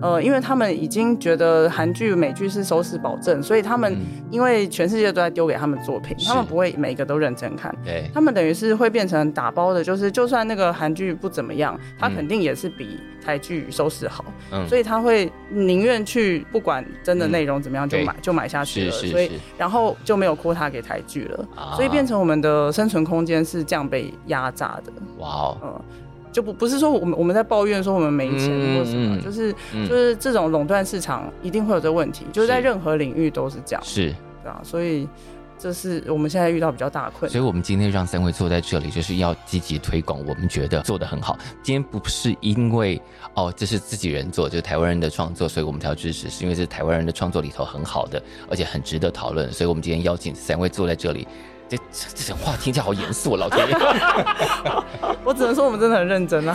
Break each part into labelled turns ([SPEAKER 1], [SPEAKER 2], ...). [SPEAKER 1] 呃，因为他们已经觉得韩剧、美剧是收视保证，所以他们因为全世界都在丢给他们作品，
[SPEAKER 2] 嗯是
[SPEAKER 1] 他们不会每个都认真看。
[SPEAKER 2] 对，
[SPEAKER 1] 他们等于是会变成打包的，就是就算那个韩剧不怎么样，它肯定也是比台剧收视好，
[SPEAKER 2] 嗯
[SPEAKER 1] 所以他会宁愿去不管真的内容怎么样就
[SPEAKER 2] 对
[SPEAKER 1] 买、就买下去
[SPEAKER 2] 是
[SPEAKER 1] 了，
[SPEAKER 2] 是
[SPEAKER 1] 所以
[SPEAKER 2] 是，
[SPEAKER 1] 然后就没有 quota 给台剧了，
[SPEAKER 2] 啊
[SPEAKER 1] 所以变成我们的生存空间是这样被压榨的。
[SPEAKER 2] 哇哦，
[SPEAKER 1] 嗯，就不不是说我们我们在抱怨说我们没钱
[SPEAKER 2] 嗯
[SPEAKER 1] 或什么，
[SPEAKER 2] 嗯
[SPEAKER 1] 就是、
[SPEAKER 2] 嗯
[SPEAKER 1] 就是这种垄断市场一定会有这个问题，就是在
[SPEAKER 2] 是
[SPEAKER 1] 任何领域都是这样，
[SPEAKER 2] 是，
[SPEAKER 1] 对啊，所以这是我们现在遇到比较大的困
[SPEAKER 2] 所
[SPEAKER 1] 难。
[SPEAKER 2] 以我们今天让三位坐在这里，就是要积极推广，我们觉得做的很好。今天不是因为哦，这是自己人做，就是台湾人的创作，所以我们才要支持，是因为这是台湾人的创作里头很好的，而且很值得讨论。所以我们今天邀请三位坐在这里。这这这种话听起来好严肃，老天爷！
[SPEAKER 1] 我只能说我们真的很认 真啊。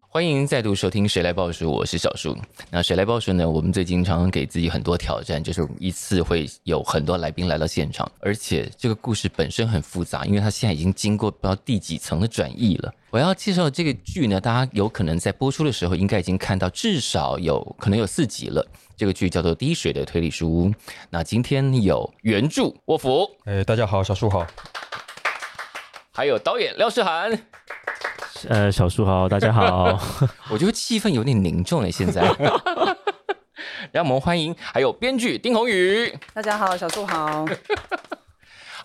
[SPEAKER 2] 欢迎再度收听《谁来报数》，我是小树。那《谁来报数》呢？我们最近常常给自己很多挑战，就是一次会有很多来宾来到现场，而且这个故事本身很复杂，因为它现在已经经过不知道第几层的转译了。我要介绍这个剧呢，大家有可能在播出的时候应该已经看到，至少有可能有四集了。这个剧叫做《滴水的推理书屋》。那今天有原著沃福，
[SPEAKER 3] 哎，大家好，小树好。
[SPEAKER 2] 还有导演廖世涵。
[SPEAKER 4] 呃，小树好，大家 好，
[SPEAKER 2] 我觉得气氛有点凝重了，现在。 让我们欢迎还有编剧丁宏宇。
[SPEAKER 1] 大家好，小树 好，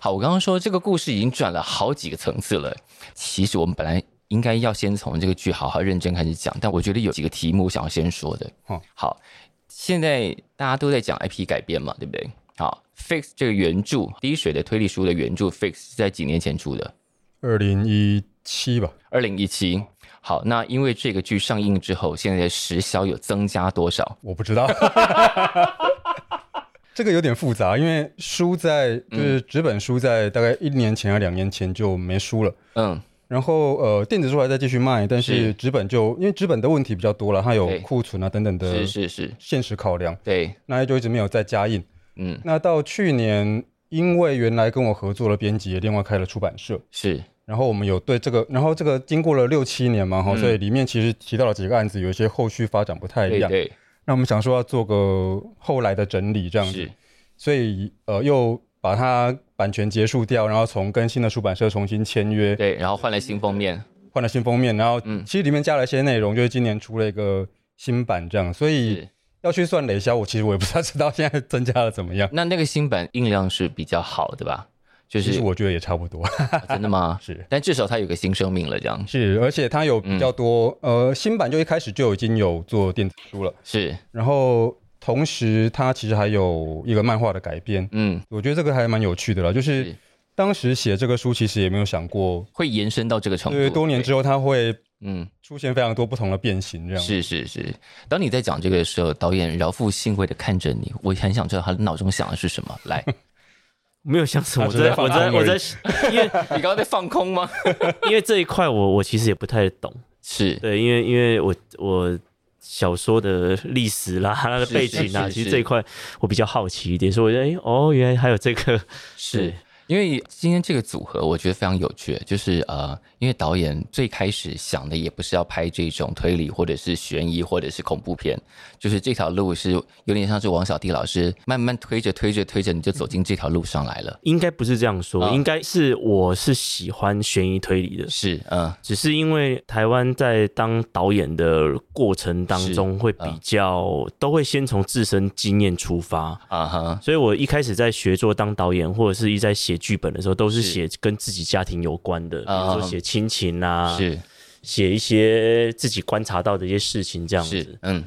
[SPEAKER 2] 好，我刚刚说这个故事已经转了好几个层次了。其实我们本来应该要先从这个剧好好认真开始讲，但我觉得有几个题目想要先说的
[SPEAKER 3] 嗯。
[SPEAKER 2] 好，现在大家都在讲 IP 改编嘛，对不对？好，Fix 这个原著《滴水的推理书》的原著 Fix 是在几年前出的，
[SPEAKER 3] 二零一七吧，
[SPEAKER 2] 二零一七。好，那因为这个剧上映之后，现在时销有增加多少？
[SPEAKER 3] 我不知 道。这个有点复杂，因为书在
[SPEAKER 2] 嗯
[SPEAKER 3] 就是纸本书在大概一年前还两年前就没书了。
[SPEAKER 2] 嗯，
[SPEAKER 3] 然后呃，电子书还在继续卖，但
[SPEAKER 2] 是
[SPEAKER 3] 是纸本就因为纸本的问题比较多了，它有
[SPEAKER 2] 对
[SPEAKER 3] 库存啊等等的
[SPEAKER 2] 是是是，
[SPEAKER 3] 现实考量，
[SPEAKER 2] 对，
[SPEAKER 3] 那就一直没有再加印。
[SPEAKER 2] 嗯，
[SPEAKER 3] 那到去年，因为原来跟我合作的编辑也另外开了出版社，
[SPEAKER 2] 是
[SPEAKER 3] 然后我们有对这个，然后这个经过了六七年嘛，哈、
[SPEAKER 2] 嗯
[SPEAKER 3] 所以里面其实提到了几个案子，有一些后续发展不太一
[SPEAKER 2] 对
[SPEAKER 3] 样。
[SPEAKER 2] 对
[SPEAKER 3] 那我们想说要做个后来的整理这样子
[SPEAKER 2] 是，，
[SPEAKER 3] 所以呃又把它版权结束掉，然后从跟新的出版社重新签约，
[SPEAKER 2] 对，然后换了新封面，
[SPEAKER 3] 换了新封面，然后
[SPEAKER 2] 嗯
[SPEAKER 3] 其实里面加了一些内容，就是今年出了一个新版这样，所以
[SPEAKER 2] 是。
[SPEAKER 3] 要去算雷销，我其实我也不太知道现在增加了怎么样。
[SPEAKER 2] 那那个新版印量是比较好的吧？就
[SPEAKER 3] 其实
[SPEAKER 2] 是
[SPEAKER 3] 我觉得也差 不多，
[SPEAKER 2] 啊真的吗？
[SPEAKER 3] 是
[SPEAKER 2] 但至少它有个新生命了，这样
[SPEAKER 3] 是，而且它有比
[SPEAKER 2] 嗯
[SPEAKER 3] 较多，呃，新版就一开始就已经有做电子书了。
[SPEAKER 2] 是，
[SPEAKER 3] 然后同时它其实还有一个漫画的改编，
[SPEAKER 2] 嗯，
[SPEAKER 3] 我觉得这个还蛮有趣的啦。就是
[SPEAKER 2] 是
[SPEAKER 3] 当时写这个书，其实也没有想过，
[SPEAKER 2] 会延伸到这个程
[SPEAKER 3] 对，
[SPEAKER 2] 度。
[SPEAKER 3] 多年之后它会
[SPEAKER 2] 嗯，
[SPEAKER 3] 出现非常多不同的变形，这样
[SPEAKER 2] 是是是。当你在讲这个的时候，导演饶富兴奋的看着你，我很想知道他脑中想的是什么。 来，
[SPEAKER 4] 没有想什么，
[SPEAKER 2] 啊
[SPEAKER 3] 他
[SPEAKER 4] 我
[SPEAKER 3] 只是
[SPEAKER 4] 在
[SPEAKER 3] 放
[SPEAKER 4] 我在
[SPEAKER 3] 空
[SPEAKER 4] 我
[SPEAKER 3] 而已
[SPEAKER 4] 在，因为
[SPEAKER 2] 你刚刚在放空吗？
[SPEAKER 4] 因为这一块我我其实也不太 懂，
[SPEAKER 2] 是
[SPEAKER 4] 对，因为因为我我小说的历史啦，它的
[SPEAKER 2] 是
[SPEAKER 4] 背
[SPEAKER 2] 是
[SPEAKER 4] 景啊，
[SPEAKER 2] 是
[SPEAKER 4] 其实
[SPEAKER 2] 是
[SPEAKER 4] 这一块我比较好奇一点，所以我觉得，哎、哦，原来还有这个，
[SPEAKER 2] 是
[SPEAKER 4] 对。
[SPEAKER 2] 因为今天这个组合，我觉得非常有趣，就是呃，因为导演最开始想的也不是要拍这种推理或者是悬疑或者是恐怖片，就是这条路是有点像是王小棣老师慢慢推着推着推着，你就走进这条路上来了。
[SPEAKER 4] 应该不是这样说，
[SPEAKER 2] 啊
[SPEAKER 4] 应该是我是喜欢悬疑推理的，
[SPEAKER 2] 是，嗯，
[SPEAKER 4] 只是因为台湾在当导演的过程当中会比较、都会先从自身经验出发，
[SPEAKER 2] 啊哈，
[SPEAKER 4] 所以我一开始在学做当导演，或者是一在写剧本的时候，都是写跟自己家庭有关的，比如
[SPEAKER 2] 嗯
[SPEAKER 4] 说写亲情啊，
[SPEAKER 2] 是
[SPEAKER 4] 写一些自己观察到的一些事情这样
[SPEAKER 2] 是
[SPEAKER 4] 子。，
[SPEAKER 2] 嗯，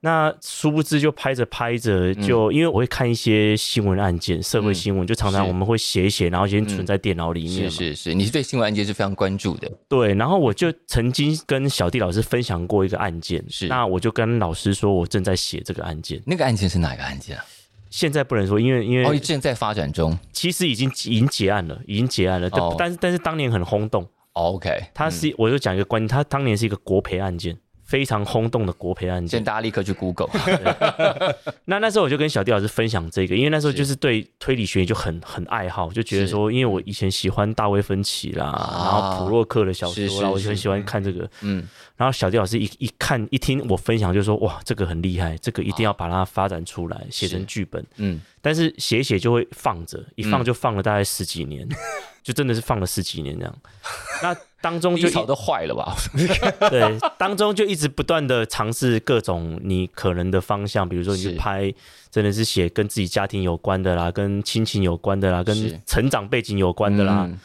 [SPEAKER 4] 那殊不知就拍着拍着就，因为我会看一些新闻案件、社会新闻，就常
[SPEAKER 2] 嗯
[SPEAKER 4] 常
[SPEAKER 2] 是嗯
[SPEAKER 4] 我们会写一写，然后先存在电脑里面嘛。
[SPEAKER 2] 是是是，你是对新闻案件是非常关注的，
[SPEAKER 4] 对，然后我就曾经跟小弟老师分享过一个案件，
[SPEAKER 2] 是
[SPEAKER 4] 那我就跟老师说我正在写这个案件，
[SPEAKER 2] 那个案件是哪个案件啊？
[SPEAKER 4] 现在不能说，因为因为
[SPEAKER 2] 哦，正在发展中，
[SPEAKER 4] 其实已经已经结案了，已经结案了，但、
[SPEAKER 2] 哦嗯
[SPEAKER 4] 但是但是当年很轰动，
[SPEAKER 2] OK，
[SPEAKER 4] 他是、我就讲一个关键，他当年是一个国赔案件，非常轰动的国赔案
[SPEAKER 2] 现在
[SPEAKER 4] 件。
[SPEAKER 2] 大家立刻去 Google。
[SPEAKER 4] 那那时候我就跟小弟老师分享这个，因为那时候就是对推理学就很很爱好，就觉得说，因为我以前喜欢大卫芬奇啦，然后普洛克的小说啦，
[SPEAKER 2] 啊是是
[SPEAKER 4] 我就
[SPEAKER 2] 是
[SPEAKER 4] 很喜欢看这个。
[SPEAKER 2] 嗯，
[SPEAKER 4] 然后小弟老师一一看一听我分享，就说哇，这个很厉害，这个一
[SPEAKER 2] 啊
[SPEAKER 4] 定要把它发展出来，写成剧本。
[SPEAKER 2] 嗯，
[SPEAKER 4] 但是写一写就会放着，一放就放了大概十几 年，就真的是放了十几年这样。那当中就
[SPEAKER 2] 低
[SPEAKER 4] 一
[SPEAKER 2] 潮都坏了吧？
[SPEAKER 4] 对，当中就一直不断的尝试各种你可能的方向，比如说你
[SPEAKER 2] 是
[SPEAKER 4] 去拍，真的是写跟自己家庭有关的啦，跟亲情有关的啦，
[SPEAKER 2] 是
[SPEAKER 4] 跟成长背景有关的啦，
[SPEAKER 2] 嗯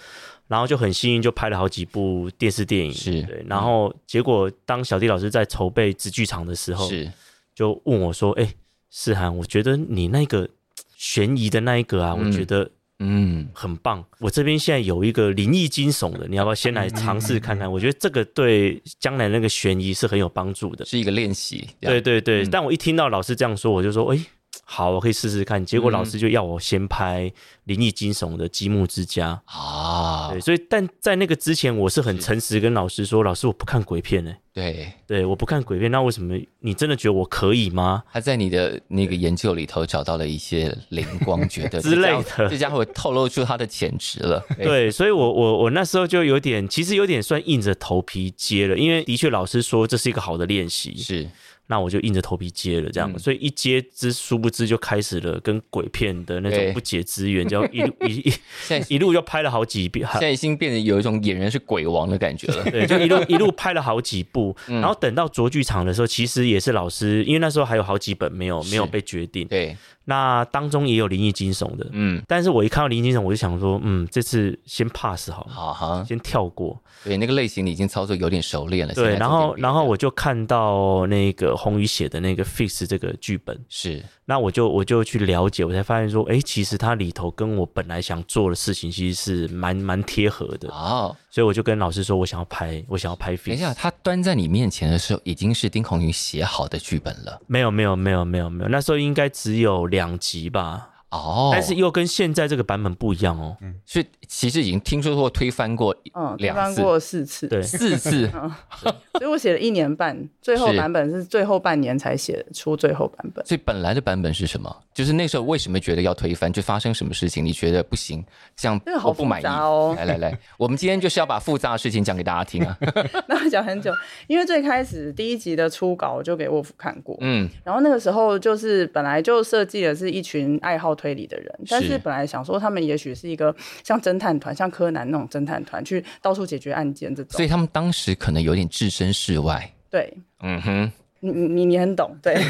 [SPEAKER 4] 然后就很幸运就拍了好几部电视电影，
[SPEAKER 2] 是嗯
[SPEAKER 4] 对，然后结果当小弟老师在筹备直剧场的时候，
[SPEAKER 2] 是
[SPEAKER 4] 就问我说：“哎、世涵，我觉得你那个悬疑的那一个啊，
[SPEAKER 2] 嗯
[SPEAKER 4] 我觉得
[SPEAKER 2] 嗯，
[SPEAKER 4] 很棒。我这边现在有一个灵异惊悚的，你要不要先来尝试看看？我觉得这个对将来那个悬疑是很有帮助的。
[SPEAKER 2] 是一个练习。这
[SPEAKER 4] 对
[SPEAKER 2] 样，
[SPEAKER 4] 对对，但我一听到老师这样说，我就说，哎、好，我可以试试看。结果老师就要我先拍灵异惊悚的《积木之家》
[SPEAKER 2] 啊
[SPEAKER 4] 对，，所以但在那个之前，我是很诚实跟老师说，老师我不看鬼片呢、
[SPEAKER 2] 对，
[SPEAKER 4] 对，我不看鬼片，那为什么你真的觉得我可以吗？
[SPEAKER 2] 他在你的那个研究里头找到了一些灵光，觉得
[SPEAKER 4] 之类
[SPEAKER 2] 这家伙
[SPEAKER 4] 的
[SPEAKER 2] 这家伙透露出他的潜质 了。哎
[SPEAKER 4] 对，所以我我我那时候就有点，其实有点算硬着头皮接了，因为的确老师说这是一个好的练习，
[SPEAKER 2] 是
[SPEAKER 4] 那我就硬着头皮接了这
[SPEAKER 2] 嗯
[SPEAKER 4] 样，所以一接之殊不知就开始了跟鬼片的那
[SPEAKER 2] 对
[SPEAKER 4] 种不解之缘，就 一路一一
[SPEAKER 2] 现在
[SPEAKER 4] 一路就拍了好几遍，
[SPEAKER 2] 现在已经变得有一种俨然是鬼王的感觉 了。
[SPEAKER 4] 对，就一路一路拍了好几部，
[SPEAKER 2] 嗯
[SPEAKER 4] 然后等到卓剧场的时候，其实也是老师，因为那时候还有好几本没有没有
[SPEAKER 2] 是
[SPEAKER 4] 被决定，
[SPEAKER 2] 对，
[SPEAKER 4] 那当中也有灵异惊悚的，
[SPEAKER 2] 嗯，
[SPEAKER 4] 但是我一看到灵异惊悚，我就想说，嗯，这次先 pass 好了，
[SPEAKER 2] 好哈，
[SPEAKER 4] 先跳过。
[SPEAKER 2] 对，那个类型你已经操作有点熟练了。现
[SPEAKER 4] 对，
[SPEAKER 2] 在做
[SPEAKER 4] 然后
[SPEAKER 2] 点别
[SPEAKER 4] 然后
[SPEAKER 2] 的
[SPEAKER 4] 我就看到那个红宇写的那个 fix 这个剧本，
[SPEAKER 2] 是
[SPEAKER 4] 那我就我就去了解，我才发现说，哎，其实它里头跟我本来想做的事情其实是蛮蛮贴合的，
[SPEAKER 2] 哦，
[SPEAKER 4] 所以我就跟老师说我想要拍，我想要拍
[SPEAKER 2] 等一下
[SPEAKER 4] fix。
[SPEAKER 2] 他端在你面前的时候，已经是丁孔云写好的剧本了。
[SPEAKER 4] 没有没有没有没有没有，那时候应该只有两集吧，
[SPEAKER 2] 哦，嗯
[SPEAKER 4] 但是又跟现在这个版本不一样哦。
[SPEAKER 2] 是其实已经听说过推翻过一
[SPEAKER 1] 嗯，推
[SPEAKER 2] 两
[SPEAKER 1] 翻
[SPEAKER 2] 次、
[SPEAKER 1] 过四次，
[SPEAKER 4] 对
[SPEAKER 2] 四次，
[SPEAKER 1] 所以我写了一年半，最后
[SPEAKER 2] 是
[SPEAKER 1] 版本是最后半年才写出最后版本。
[SPEAKER 2] 所以本来的版本是什么？就是那时候为什么觉得要推翻？就发生什么事情？你觉得不行，这样
[SPEAKER 1] 这个
[SPEAKER 2] 我
[SPEAKER 1] 好
[SPEAKER 2] 不满意。
[SPEAKER 1] 复杂哦
[SPEAKER 2] 来来来，我们今天就是要把复杂的事情讲给大家听啊。
[SPEAKER 1] 那讲很久，因为最开始第一集的初稿我就给沃夫看过，
[SPEAKER 2] 嗯，
[SPEAKER 1] 然后那个时候就是本来就设计的是一群爱好推理的人，但是本来想说他们也许是一个像侦探团，像柯南那种侦探团，去到处解决案件这
[SPEAKER 2] 所
[SPEAKER 1] 种。
[SPEAKER 2] 以他们当时可能有点置身事外。
[SPEAKER 1] 对，
[SPEAKER 2] 嗯哼，
[SPEAKER 1] 你你你你很懂，对，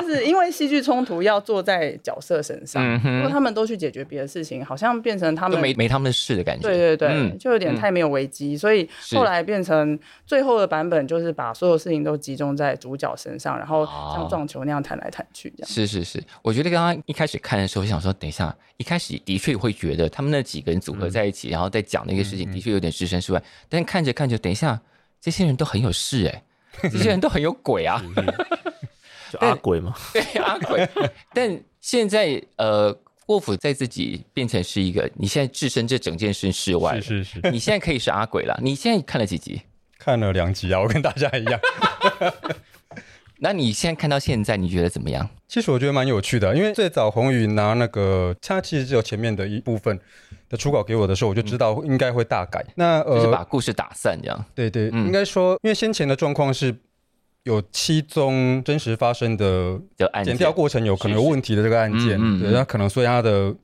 [SPEAKER 1] 就是因为戏剧冲突要坐在角色身上，
[SPEAKER 2] 嗯哼
[SPEAKER 1] 如果他们都去解决别的事情，好像变成他
[SPEAKER 2] 都
[SPEAKER 1] 们
[SPEAKER 2] 没没他们的事的感觉。
[SPEAKER 1] 对对对，
[SPEAKER 2] 嗯
[SPEAKER 1] 就有点太没有危机，所以
[SPEAKER 2] 是
[SPEAKER 1] 后来变成最后的版本就是把所有事情都集中在主角身上，然后
[SPEAKER 2] 哦
[SPEAKER 1] 像撞球那样弹来弹去这样。
[SPEAKER 2] 是是是，我觉得刚刚一开始看的时候，我想说，等一下，一开始的确会觉得他们那几个人组
[SPEAKER 1] 嗯
[SPEAKER 2] 合在一起，然后再讲那个事情，的确有点置身事外。但看着看着，等一下，这些人都很有事哎、这些人都很有鬼啊，
[SPEAKER 4] 就阿鬼嘛，
[SPEAKER 2] 对 啊 鬼。但现在呃，沃夫在自己变成是一个，你现在置身这整件事事外了，
[SPEAKER 3] 是是是，
[SPEAKER 2] 你现在可以是阿鬼了。你现在看了几集？
[SPEAKER 3] 看了两集啊，我跟大家 一样。
[SPEAKER 2] 那你现在看到现在，你觉得怎么样？
[SPEAKER 3] 其实我觉得蛮有趣的，因为最早宏宇拿那个，他其实只有前面的一部分的初稿给我的时候，我就知道应该会大改。那呃，
[SPEAKER 2] 嗯就是把故事打散这样。
[SPEAKER 3] 对对，
[SPEAKER 2] 嗯
[SPEAKER 3] 应该说，因为先前的状况是有七宗真实发生的
[SPEAKER 2] 的案件
[SPEAKER 3] 检调过程有可能有问题的这个案件，
[SPEAKER 2] 嗯嗯
[SPEAKER 3] 对，
[SPEAKER 2] 嗯
[SPEAKER 3] 那可能所以他的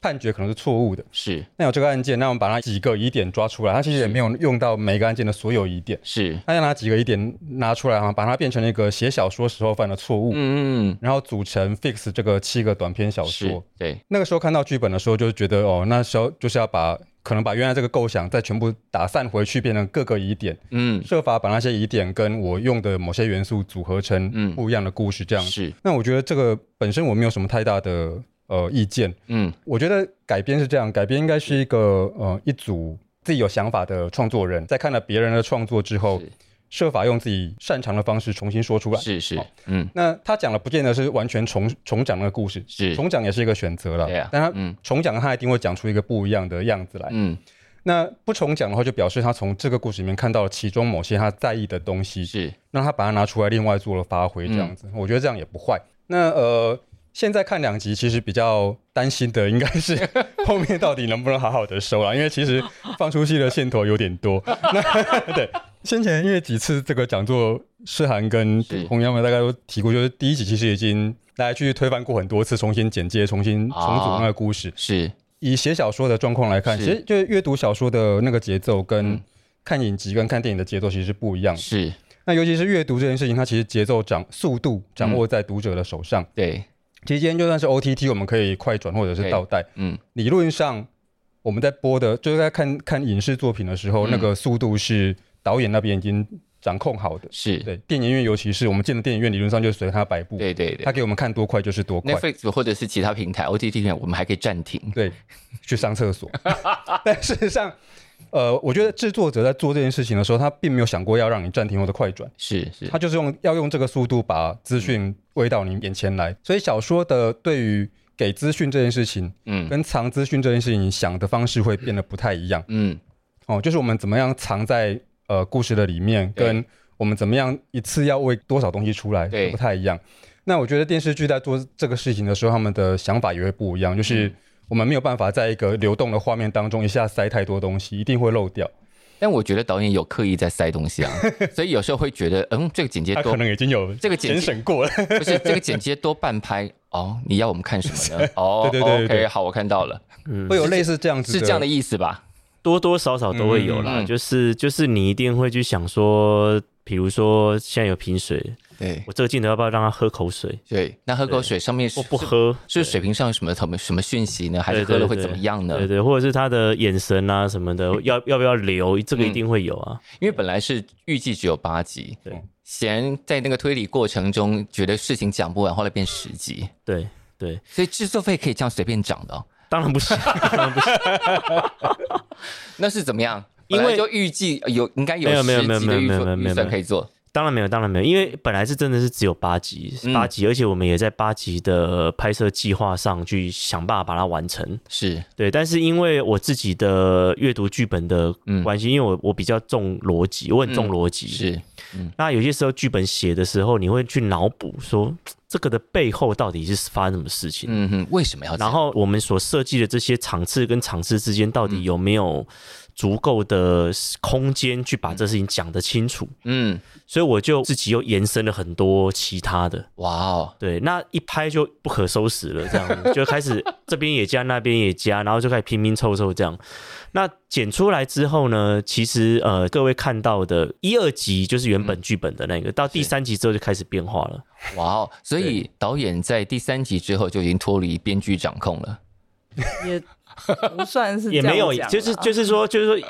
[SPEAKER 3] 判决可能是错误的。
[SPEAKER 2] 是
[SPEAKER 3] 那有这个案件，那我们把它几个疑点抓出来，它其实也没有用到每个案件的所有疑点，
[SPEAKER 2] 是，
[SPEAKER 3] 它要拿几个疑点拿出来哈，把它变成一个写小说时候犯的错误，
[SPEAKER 2] 嗯嗯
[SPEAKER 3] 然后组成 fix 这个七个短篇小
[SPEAKER 2] 嗯，是
[SPEAKER 3] 说。，
[SPEAKER 2] 对，
[SPEAKER 3] 那个时候看到剧本的时候，就觉得哦，那时候就是要把可能把原来这个构想再全部打散回去，变成各个疑点，
[SPEAKER 2] 嗯
[SPEAKER 3] 设法把那些疑点跟我用的某些元素组合成
[SPEAKER 2] 嗯
[SPEAKER 3] 不一样的故事，这样。
[SPEAKER 2] 是，
[SPEAKER 3] 那我觉得这个本身我没有什么太大的呃意见。
[SPEAKER 2] 嗯
[SPEAKER 3] 我觉得改编是这样，改编应该是一个呃一组自己有想法的创作人，在看了别人的创作之后
[SPEAKER 2] 是，
[SPEAKER 3] 设法用自己擅长的方式重新说出来。
[SPEAKER 2] 是是
[SPEAKER 3] 好，
[SPEAKER 2] 嗯
[SPEAKER 3] 那他讲的不见得是完全重重讲那个故事，
[SPEAKER 2] 是
[SPEAKER 3] 重讲也是一个选择了。
[SPEAKER 2] 对啊
[SPEAKER 3] 但他
[SPEAKER 2] 嗯
[SPEAKER 3] 重讲他一定会讲出一个不一样的样子来。
[SPEAKER 2] 嗯
[SPEAKER 3] 那不重讲的话，就表示他从这个故事里面看到了其中某些他在意的东西，
[SPEAKER 2] 是
[SPEAKER 3] 让他把它拿出来另外做了发挥，
[SPEAKER 2] 嗯
[SPEAKER 3] 这样子，我觉得这样也不坏。那呃，现在看两集，其实比较担心的应该是 后面到底能不能好好的收了，因为其实放出去的线头有点 多。那对，先前因为几次这个讲座，诗涵跟
[SPEAKER 2] 是
[SPEAKER 3] 洪阳们大概都提过，就是第一集其实已经大家去推翻过很多次，重新剪接、重新重组那个故事。
[SPEAKER 2] 是
[SPEAKER 3] 以写小说的状况来
[SPEAKER 2] 啊
[SPEAKER 3] 看，
[SPEAKER 2] 是嗯
[SPEAKER 3] 其实就是阅读小说的那个节奏跟看影集跟看电影的节奏其实是不一样的。
[SPEAKER 2] 是，
[SPEAKER 3] 那尤其是阅读这件事情，它其实节奏掌速度掌
[SPEAKER 2] 嗯
[SPEAKER 3] 握在读者的手上。
[SPEAKER 2] 对，
[SPEAKER 3] 其实今天就算是 OTT，我们可以快转或者是倒带，
[SPEAKER 2] 嗯，
[SPEAKER 3] 理论上我们在播的就是在看看影视作品的时候，
[SPEAKER 2] 嗯
[SPEAKER 3] 那个速度是导演那边已经掌控好的。
[SPEAKER 2] 是，
[SPEAKER 3] 对，电影院尤其是我们进了电影院，理论上就随他摆布，
[SPEAKER 2] 对对对
[SPEAKER 3] 他给我们看多快就是多快。
[SPEAKER 2] Netflix 或者是其他平台 OTT 平台，我们还可以暂停。
[SPEAKER 3] 对，去上 厕所。 但事实上，呃，我觉得制作者在做这件事情的时候，他并没有想过要让你暂停或者快转，
[SPEAKER 2] 是是
[SPEAKER 3] 他，就是用要用这个速度把资讯喂到你眼前来。所以小说的对于给资讯这件事情，
[SPEAKER 2] 嗯
[SPEAKER 3] 跟藏资讯这件事情，你想的方式会变得不太一样
[SPEAKER 2] 嗯，
[SPEAKER 3] 哦。就是我们怎么样藏在呃故事的里面，
[SPEAKER 2] 对
[SPEAKER 3] 跟我们怎么样一次要喂多少东西出来，
[SPEAKER 2] 对
[SPEAKER 3] 不太一样。那我觉得电视剧在做这个事情的时候，他们的想法也会不一样，
[SPEAKER 2] 嗯
[SPEAKER 3] 就是我们没有办法在一个流动的画面当中一下塞太多东西，一定会漏掉。
[SPEAKER 2] 但我觉得导演有刻意在塞东西啊，所以有时候会觉得，嗯，这个剪接
[SPEAKER 3] 他
[SPEAKER 2] 多
[SPEAKER 3] 可能已经有
[SPEAKER 2] 这个剪
[SPEAKER 3] 节省过了，
[SPEAKER 2] 不是这个剪接多半拍哦，你要我们看什么呢？哦，
[SPEAKER 3] 对对对对
[SPEAKER 2] o k
[SPEAKER 3] 对
[SPEAKER 2] 好，我看到了，
[SPEAKER 3] 会有类似这样子
[SPEAKER 2] 嗯是这样的意思吧？
[SPEAKER 4] 多多少少都会有啦，
[SPEAKER 2] 嗯嗯
[SPEAKER 4] 就是就是你一定会去想说，比如说现在有瓶水，
[SPEAKER 2] 对
[SPEAKER 4] 我这个镜头要不要让他喝口水？
[SPEAKER 2] 对，那喝口水上面是
[SPEAKER 4] 或不喝，
[SPEAKER 2] 是水瓶上有什么什么什么讯息呢？还是
[SPEAKER 4] 对对
[SPEAKER 2] 喝了会
[SPEAKER 4] 对
[SPEAKER 2] 怎么样呢？
[SPEAKER 4] 对对，或者是他的眼神啊什么 的，要要不要留？这个一定会有啊。
[SPEAKER 2] 因为本来是预计只有八集，
[SPEAKER 4] 对，
[SPEAKER 2] 显然在那个推理过程中觉得事情讲不完，后来变十集，
[SPEAKER 4] 对对，
[SPEAKER 2] 所以制作费可以这样随便涨的哦、
[SPEAKER 4] 当然不行，
[SPEAKER 2] 那是怎么样？
[SPEAKER 4] 因为
[SPEAKER 2] 本来就预计呃有应该有
[SPEAKER 4] 没有没有
[SPEAKER 2] 十集
[SPEAKER 4] 没
[SPEAKER 2] 的
[SPEAKER 4] 有
[SPEAKER 2] 预
[SPEAKER 4] 没有没有
[SPEAKER 2] 算
[SPEAKER 4] 没有
[SPEAKER 2] 预算可以做，
[SPEAKER 4] 当然没有，当然没有，因为本来是真的是只有八集，
[SPEAKER 2] 嗯
[SPEAKER 4] 八集，而且我们也在八集的拍摄计划上去想办法把它完成。
[SPEAKER 2] 是
[SPEAKER 4] 对，但是因为我自己的阅读剧本的关系，因为我我比较重逻辑，我很重逻辑，
[SPEAKER 2] 嗯是
[SPEAKER 4] 那有些时候剧本写的时候，你会去脑补说这个的背后到底是发生什么事情。
[SPEAKER 2] 嗯哼，为什么要这
[SPEAKER 4] 然
[SPEAKER 2] 样？
[SPEAKER 4] 后我们所设计的这些场次跟场次之间，到底有没有足够的空间去把这事情讲得清楚？
[SPEAKER 2] 嗯，
[SPEAKER 4] 所以我就自己又延伸了很多其他的。
[SPEAKER 2] 哇哦，
[SPEAKER 4] 对，那一拍就不可收拾了，这样子就开始这边也加，那边也加，然后就开始拼拼凑凑这样。 那剪出来之后呢，其实呃，各位看到的一二集就是原本剧本的那个，到第三集之后就开始变化了。
[SPEAKER 2] 哇哦！所以导演在第三集之后就已经脱离编剧掌控了。
[SPEAKER 1] 也不算是
[SPEAKER 4] 也没有，
[SPEAKER 1] 这样讲啦啊
[SPEAKER 4] 就是就是说，就是说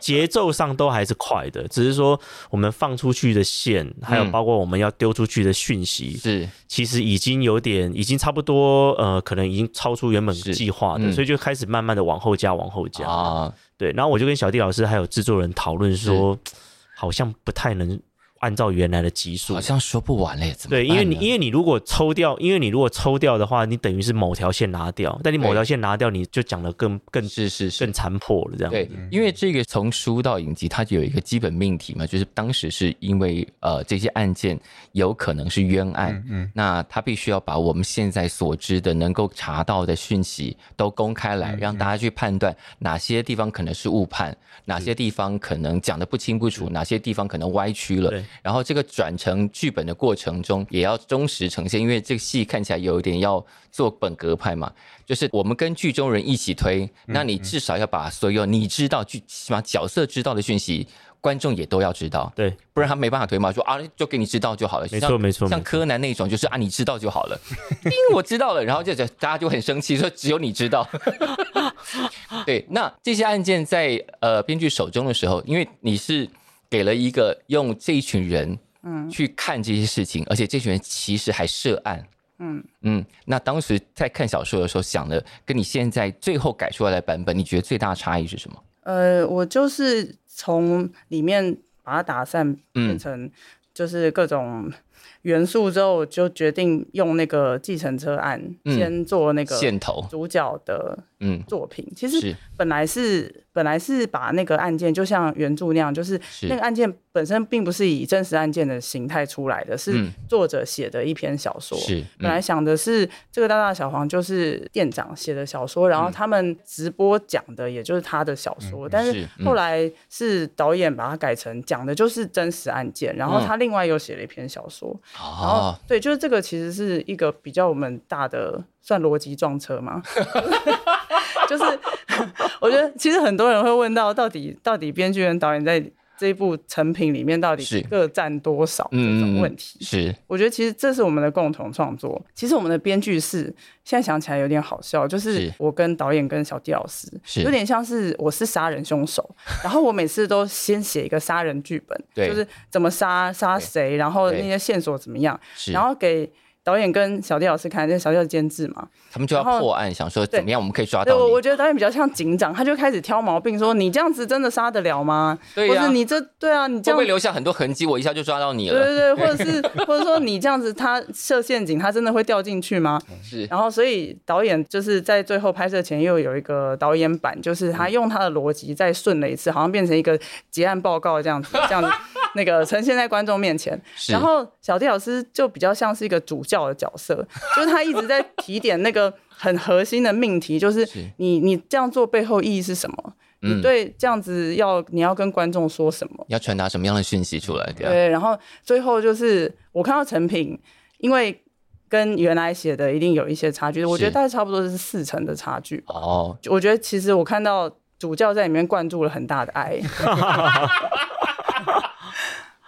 [SPEAKER 4] 节奏上都还是快的，只是说我们放出去的线，还有
[SPEAKER 2] 嗯
[SPEAKER 4] 包括我们要丢出去的讯息，
[SPEAKER 2] 是
[SPEAKER 4] 其实已经有点，已经差不多，呃，可能已经超出原本
[SPEAKER 2] 是
[SPEAKER 4] 计划的，
[SPEAKER 2] 嗯
[SPEAKER 4] 所以就开始慢慢的往后加，往后加。
[SPEAKER 2] 啊，
[SPEAKER 4] 对，然后我就跟小弟老师还有制作人讨论说，好像不太能按照原来的集数
[SPEAKER 2] 好。像说不完嘞，怎么
[SPEAKER 4] 对，因为你因
[SPEAKER 2] 为
[SPEAKER 4] 为你如果抽掉，因为你如果抽掉的话，你等于是某条线拿掉，但你某
[SPEAKER 2] 对
[SPEAKER 4] 条线拿掉，你就讲的更更
[SPEAKER 2] 是是是
[SPEAKER 4] 更残破了这样。
[SPEAKER 2] 对，因为这个从书到影集，它有一个基本命题嘛，就是当时是因为呃这些案件有可能是冤案，嗯，那他必须要把我们现在所知的能够查到的讯息都公开来，让大家去判断哪些地方可嗯能是误判，哪些地方可能讲的不清不楚，哪些地方可能歪曲了
[SPEAKER 4] 对。
[SPEAKER 2] 然后这个转成剧本的过程中，也要忠实呈现，因为这个戏看起来有一点要做本格派嘛，就是我们跟剧中人一起推，那你至少要把所有你知道剧起码角色知道的讯息，观众也都要知道，
[SPEAKER 4] 对
[SPEAKER 2] 不然他没办法推嘛。说啊，就给你知道就好了。
[SPEAKER 4] 没错
[SPEAKER 2] 像
[SPEAKER 4] 没错
[SPEAKER 2] 像
[SPEAKER 4] 没错
[SPEAKER 2] 柯南那种，就是啊，你知道就好了。叮，我知道了，然后就大家就很生气，说只有你知 道。对，那这些案件在呃编剧手中的时候，因为你是给了一个用这一群人嗯去看这些事情，而且这群人其实还涉案。嗯
[SPEAKER 1] 嗯
[SPEAKER 2] 嗯，那当时在看小说的时候想的，跟你现在最后改出来的版本，你觉得最大的差异是什么？
[SPEAKER 1] 呃，我就是从里面把它打散，
[SPEAKER 2] 嗯
[SPEAKER 1] 变成就是各种元素之后，我就决定用那个计程车案
[SPEAKER 2] 嗯
[SPEAKER 1] 先做那个
[SPEAKER 2] 线头
[SPEAKER 1] 主角的
[SPEAKER 2] 嗯，
[SPEAKER 1] 作品。其实
[SPEAKER 2] 是
[SPEAKER 1] 本来是本来是把那个案件就像原著那样，就是
[SPEAKER 2] 是
[SPEAKER 1] 那个案件本身并不是以真实案件的形态出来的，是
[SPEAKER 2] 嗯
[SPEAKER 1] 作者写的一篇小说。
[SPEAKER 2] 是，
[SPEAKER 1] 本来
[SPEAKER 2] 嗯
[SPEAKER 1] 想的是这个大大小黄就是店长写的小说，然后他们直播讲的也就是他的小说，但
[SPEAKER 2] 是
[SPEAKER 1] 是
[SPEAKER 2] 嗯嗯
[SPEAKER 1] 后来是导演把它改成讲的就是真实案件，然后
[SPEAKER 2] 嗯
[SPEAKER 1] 他另外又写了一篇小说，然后
[SPEAKER 2] 哦，
[SPEAKER 1] 对，就是这个其实是一个比较我们大的算逻辑撞车嘛， 就是我觉得其实很多人会问到到底到底编剧跟导演在这一部成品里面到
[SPEAKER 2] 是
[SPEAKER 1] 底各占多少这
[SPEAKER 2] 嗯嗯
[SPEAKER 1] 种
[SPEAKER 2] 嗯
[SPEAKER 1] 问题，
[SPEAKER 2] 是
[SPEAKER 1] 我觉得其实这是我们的共同创作。其实我们的编剧是现在想起来有点好笑，就是
[SPEAKER 2] 是
[SPEAKER 1] 我跟导演跟小弟老师
[SPEAKER 2] 是
[SPEAKER 1] 有点像是我是杀人凶 手，然后我每次都先写一个杀人剧本，
[SPEAKER 2] 对
[SPEAKER 1] 就是怎么杀杀谁，然后
[SPEAKER 2] 对
[SPEAKER 1] 那些线索怎么样，
[SPEAKER 2] 是，
[SPEAKER 1] 然后给导演跟小弟老师看，这小弟是监制嘛，
[SPEAKER 2] 他们就要
[SPEAKER 1] 然后
[SPEAKER 2] 破案，想说怎么
[SPEAKER 1] 对
[SPEAKER 2] 样我们可以抓
[SPEAKER 1] 对
[SPEAKER 2] 到
[SPEAKER 1] 我我
[SPEAKER 2] 你，
[SPEAKER 1] 觉得导演比较像警长，他就开始挑毛病，说你这样子真的杀得了吗？
[SPEAKER 2] 对
[SPEAKER 1] 或
[SPEAKER 2] 呀
[SPEAKER 1] 者你这对啊，你这
[SPEAKER 2] 会
[SPEAKER 1] 样
[SPEAKER 2] 不会留下很多痕迹？我一下就抓到你
[SPEAKER 1] 对
[SPEAKER 2] 了，
[SPEAKER 1] 对对，或者是或者说你这样子，他设陷阱，他真的会掉进去吗？
[SPEAKER 2] 是
[SPEAKER 1] 然后，所以导演就是在最后拍摄前又有一个导演版，就是他用他的逻辑再顺了一次，好像变成一个结案报告这样子，这样子那个呈现在观众面前。
[SPEAKER 2] 是，
[SPEAKER 1] 然后小弟老师就比较像是一个主教的角色，就是他一直在提点那个很核心的命题，就是
[SPEAKER 2] 是
[SPEAKER 1] 你你这样做背后意义是什么？
[SPEAKER 2] 嗯
[SPEAKER 1] 你对这样子要你要跟观众说什么？
[SPEAKER 2] 你要传达什么样的讯息出来？对啊，
[SPEAKER 1] 对，然后最后就是我看到成品，因为跟原来写的一定有一些差距，我觉得
[SPEAKER 2] 是
[SPEAKER 1] 大概差不多是四成的差距吧。
[SPEAKER 2] 哦，
[SPEAKER 1] 我觉得其实我看到主教在里面灌注了很大的爱。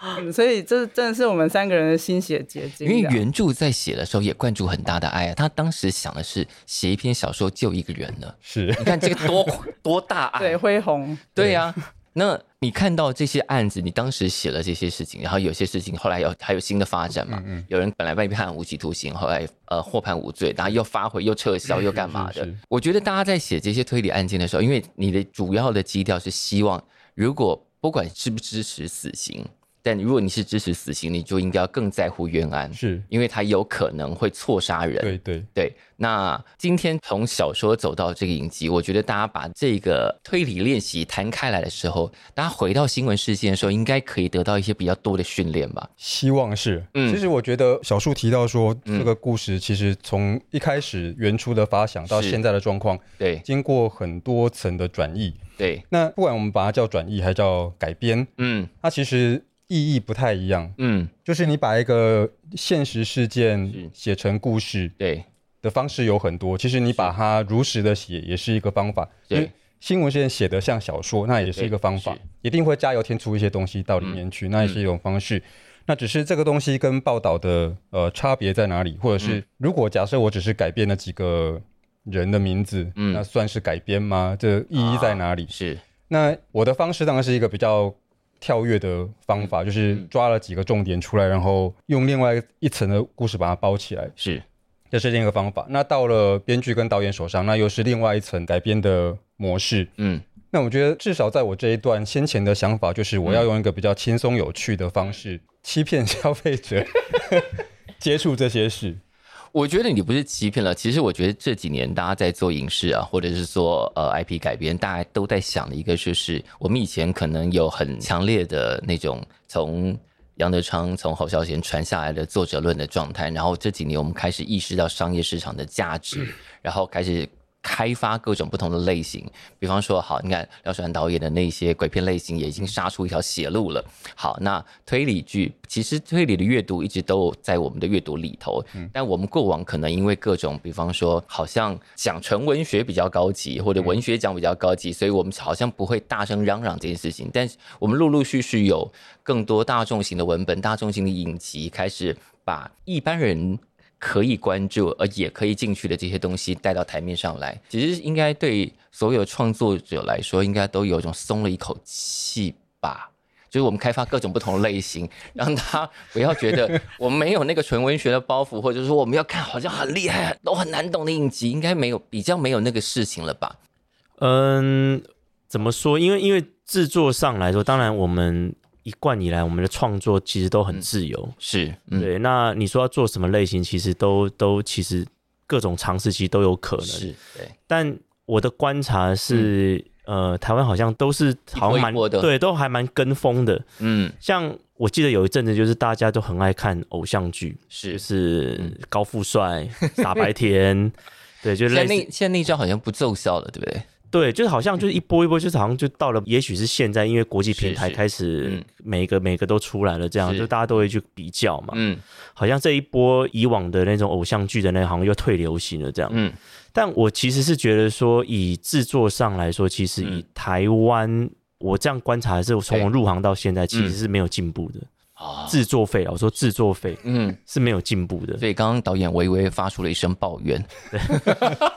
[SPEAKER 1] 嗯所以这真的是我们三个人的心血结晶这
[SPEAKER 2] 因为
[SPEAKER 1] 样。
[SPEAKER 2] 原著在写的时候也灌注很大的爱啊，他当时想的是写一篇小说救一个人呢，
[SPEAKER 3] 是
[SPEAKER 2] 你看这个多 多大爱，啊
[SPEAKER 1] 对恢宏，
[SPEAKER 2] 对呀、 那你看到这些案子，你当时写了这些事情，然后有些事情后来有还有新的发展嘛？
[SPEAKER 3] 嗯嗯
[SPEAKER 2] 有人本来被判无期徒刑，后来呃获判无罪，然后又发回又撤销又干嘛的
[SPEAKER 3] 是是？
[SPEAKER 2] 我觉得大家在写这些推理案件的时候，因为你的主要的基调是希望，如果不管支不支持死刑，但如果你是支持死刑，你就应该要更在乎冤案，
[SPEAKER 3] 是，
[SPEAKER 2] 因为他有可能会错杀人。
[SPEAKER 3] 对对，
[SPEAKER 2] 对，那今天从小说走到这个影集，我觉得大家把这个推理练习摊开来的时候，大家回到新闻事件的时候，应该可以得到一些比较多的训练吧？
[SPEAKER 3] 希望是。
[SPEAKER 2] 嗯
[SPEAKER 3] 其实我觉得小树提到说，这个故事其实从一开始原初的发想到
[SPEAKER 2] 是
[SPEAKER 3] 现在的状况，
[SPEAKER 2] 对
[SPEAKER 3] 经过很多层的转译。
[SPEAKER 2] 对，
[SPEAKER 3] 那不管我们把它叫转译还是叫改编，
[SPEAKER 2] 嗯
[SPEAKER 3] 它其实意义不太一样。
[SPEAKER 2] 嗯，
[SPEAKER 3] 就是你把一个现实事
[SPEAKER 2] 是
[SPEAKER 3] 件写成故事
[SPEAKER 2] 对
[SPEAKER 3] 的方式有很多，其实你把它如实的写也是一个方法。
[SPEAKER 2] 对
[SPEAKER 3] 因为新闻事件写的像小说，那也是一个方法
[SPEAKER 2] 对，嗯
[SPEAKER 3] 一定会加油添醋一些东西到里面去，那也是一种方式。那只是这个东西跟报道的呃差别在哪里，或
[SPEAKER 2] 嗯
[SPEAKER 3] 者是如果假设我只是改变了几个人的名字，
[SPEAKER 2] 嗯啊
[SPEAKER 3] 那算是改编吗？这意义在哪里？
[SPEAKER 2] 是，
[SPEAKER 3] 那我的方式当然是一个比较跳跃的方
[SPEAKER 2] 嗯
[SPEAKER 3] 法，就是抓了几个重点出来，然后用另外一层的故事把它包起来，
[SPEAKER 2] 是
[SPEAKER 3] 这是另一个方法。那到了编剧跟导演手上，那又是另外一层改编的模式。
[SPEAKER 2] 嗯
[SPEAKER 3] 那我觉得至少在我这一段先前的想法，就是我要用一个比较轻松有趣的方式欺骗消费者接触这些事。
[SPEAKER 2] 我觉得你不是欺骗了，其实我觉得这几年大家在做影视啊，或者是说呃 IP 改编，大家都在想的一个就是，我们以前可能有很强烈的那种从杨德昌、从侯孝贤传下来的作者论的状态，然后这几年我们开始意识到商业市场的价值，然后开始。开发各种不同的类型，比方说，好，你看廖传导演的那些鬼片类型也已经杀出一条血路了。好，那推理剧其实推理的阅读一直都在我们的阅读里头，但我们过往可能因为各种，比方说好像讲纯文学比较高级，或者文学奖比较高级，所以我们好像不会大声嚷嚷这件事情。但是我们陆陆续续有更多大众型的文本、大众型的影集开始把一般人可以关注，而也可以进去的这些东西带到台面上来，其实应该对所有创作者来说，应该都有一种松了一口气吧。就是我们开发各种不同的类 型，让他不要觉得我们没有那个纯文学的包袱，或者说我们要看好像很厉害、都很难懂的影集，应该没有比较没有那个事情了吧？
[SPEAKER 4] 嗯，怎么说？因为因为制作上来说，当然我们一贯以来我们的创作其实都很自由，
[SPEAKER 2] 是，嗯，
[SPEAKER 4] 对。那你说要做什么类型，其实都都其实各种尝试，其实都有可能。
[SPEAKER 2] 是，对，嗯
[SPEAKER 4] 但我的观察是，呃，台湾好像都是好像蛮
[SPEAKER 2] 一波一波的
[SPEAKER 4] 对，都还蛮跟风的。
[SPEAKER 2] 嗯，。
[SPEAKER 4] 像我记得有一阵子，就是大家都很爱看偶像剧，就是
[SPEAKER 2] 嗯
[SPEAKER 4] 是高富帅、傻白甜， 对，就
[SPEAKER 2] 现在
[SPEAKER 4] 类啊
[SPEAKER 2] 那
[SPEAKER 4] 似，
[SPEAKER 2] 现在那一招好像不奏效了，对不对？
[SPEAKER 4] 对，就是好像就是一波一波，就是好像就到了，也许是现在因为国际平台
[SPEAKER 2] 嗯是是
[SPEAKER 4] 开始
[SPEAKER 2] 嗯
[SPEAKER 4] 每一个每个都出来了，这样
[SPEAKER 2] 是
[SPEAKER 4] 就大家都会去比较嘛，
[SPEAKER 2] 嗯
[SPEAKER 4] 好像这一波以往的那种偶像剧的那行又退流行了这样，
[SPEAKER 2] 嗯，
[SPEAKER 4] 但我其实是觉得说，以制作上来说，其实以
[SPEAKER 2] 嗯
[SPEAKER 4] 台湾。我这样观察是，从
[SPEAKER 2] 对嗯
[SPEAKER 4] 我入行到现在，其实是没有进步的。
[SPEAKER 2] 啊，
[SPEAKER 4] 制作费啊，我说制 作费
[SPEAKER 2] 嗯，
[SPEAKER 4] 是没有进步的。
[SPEAKER 2] 所以刚刚导演微微发出了一声抱怨，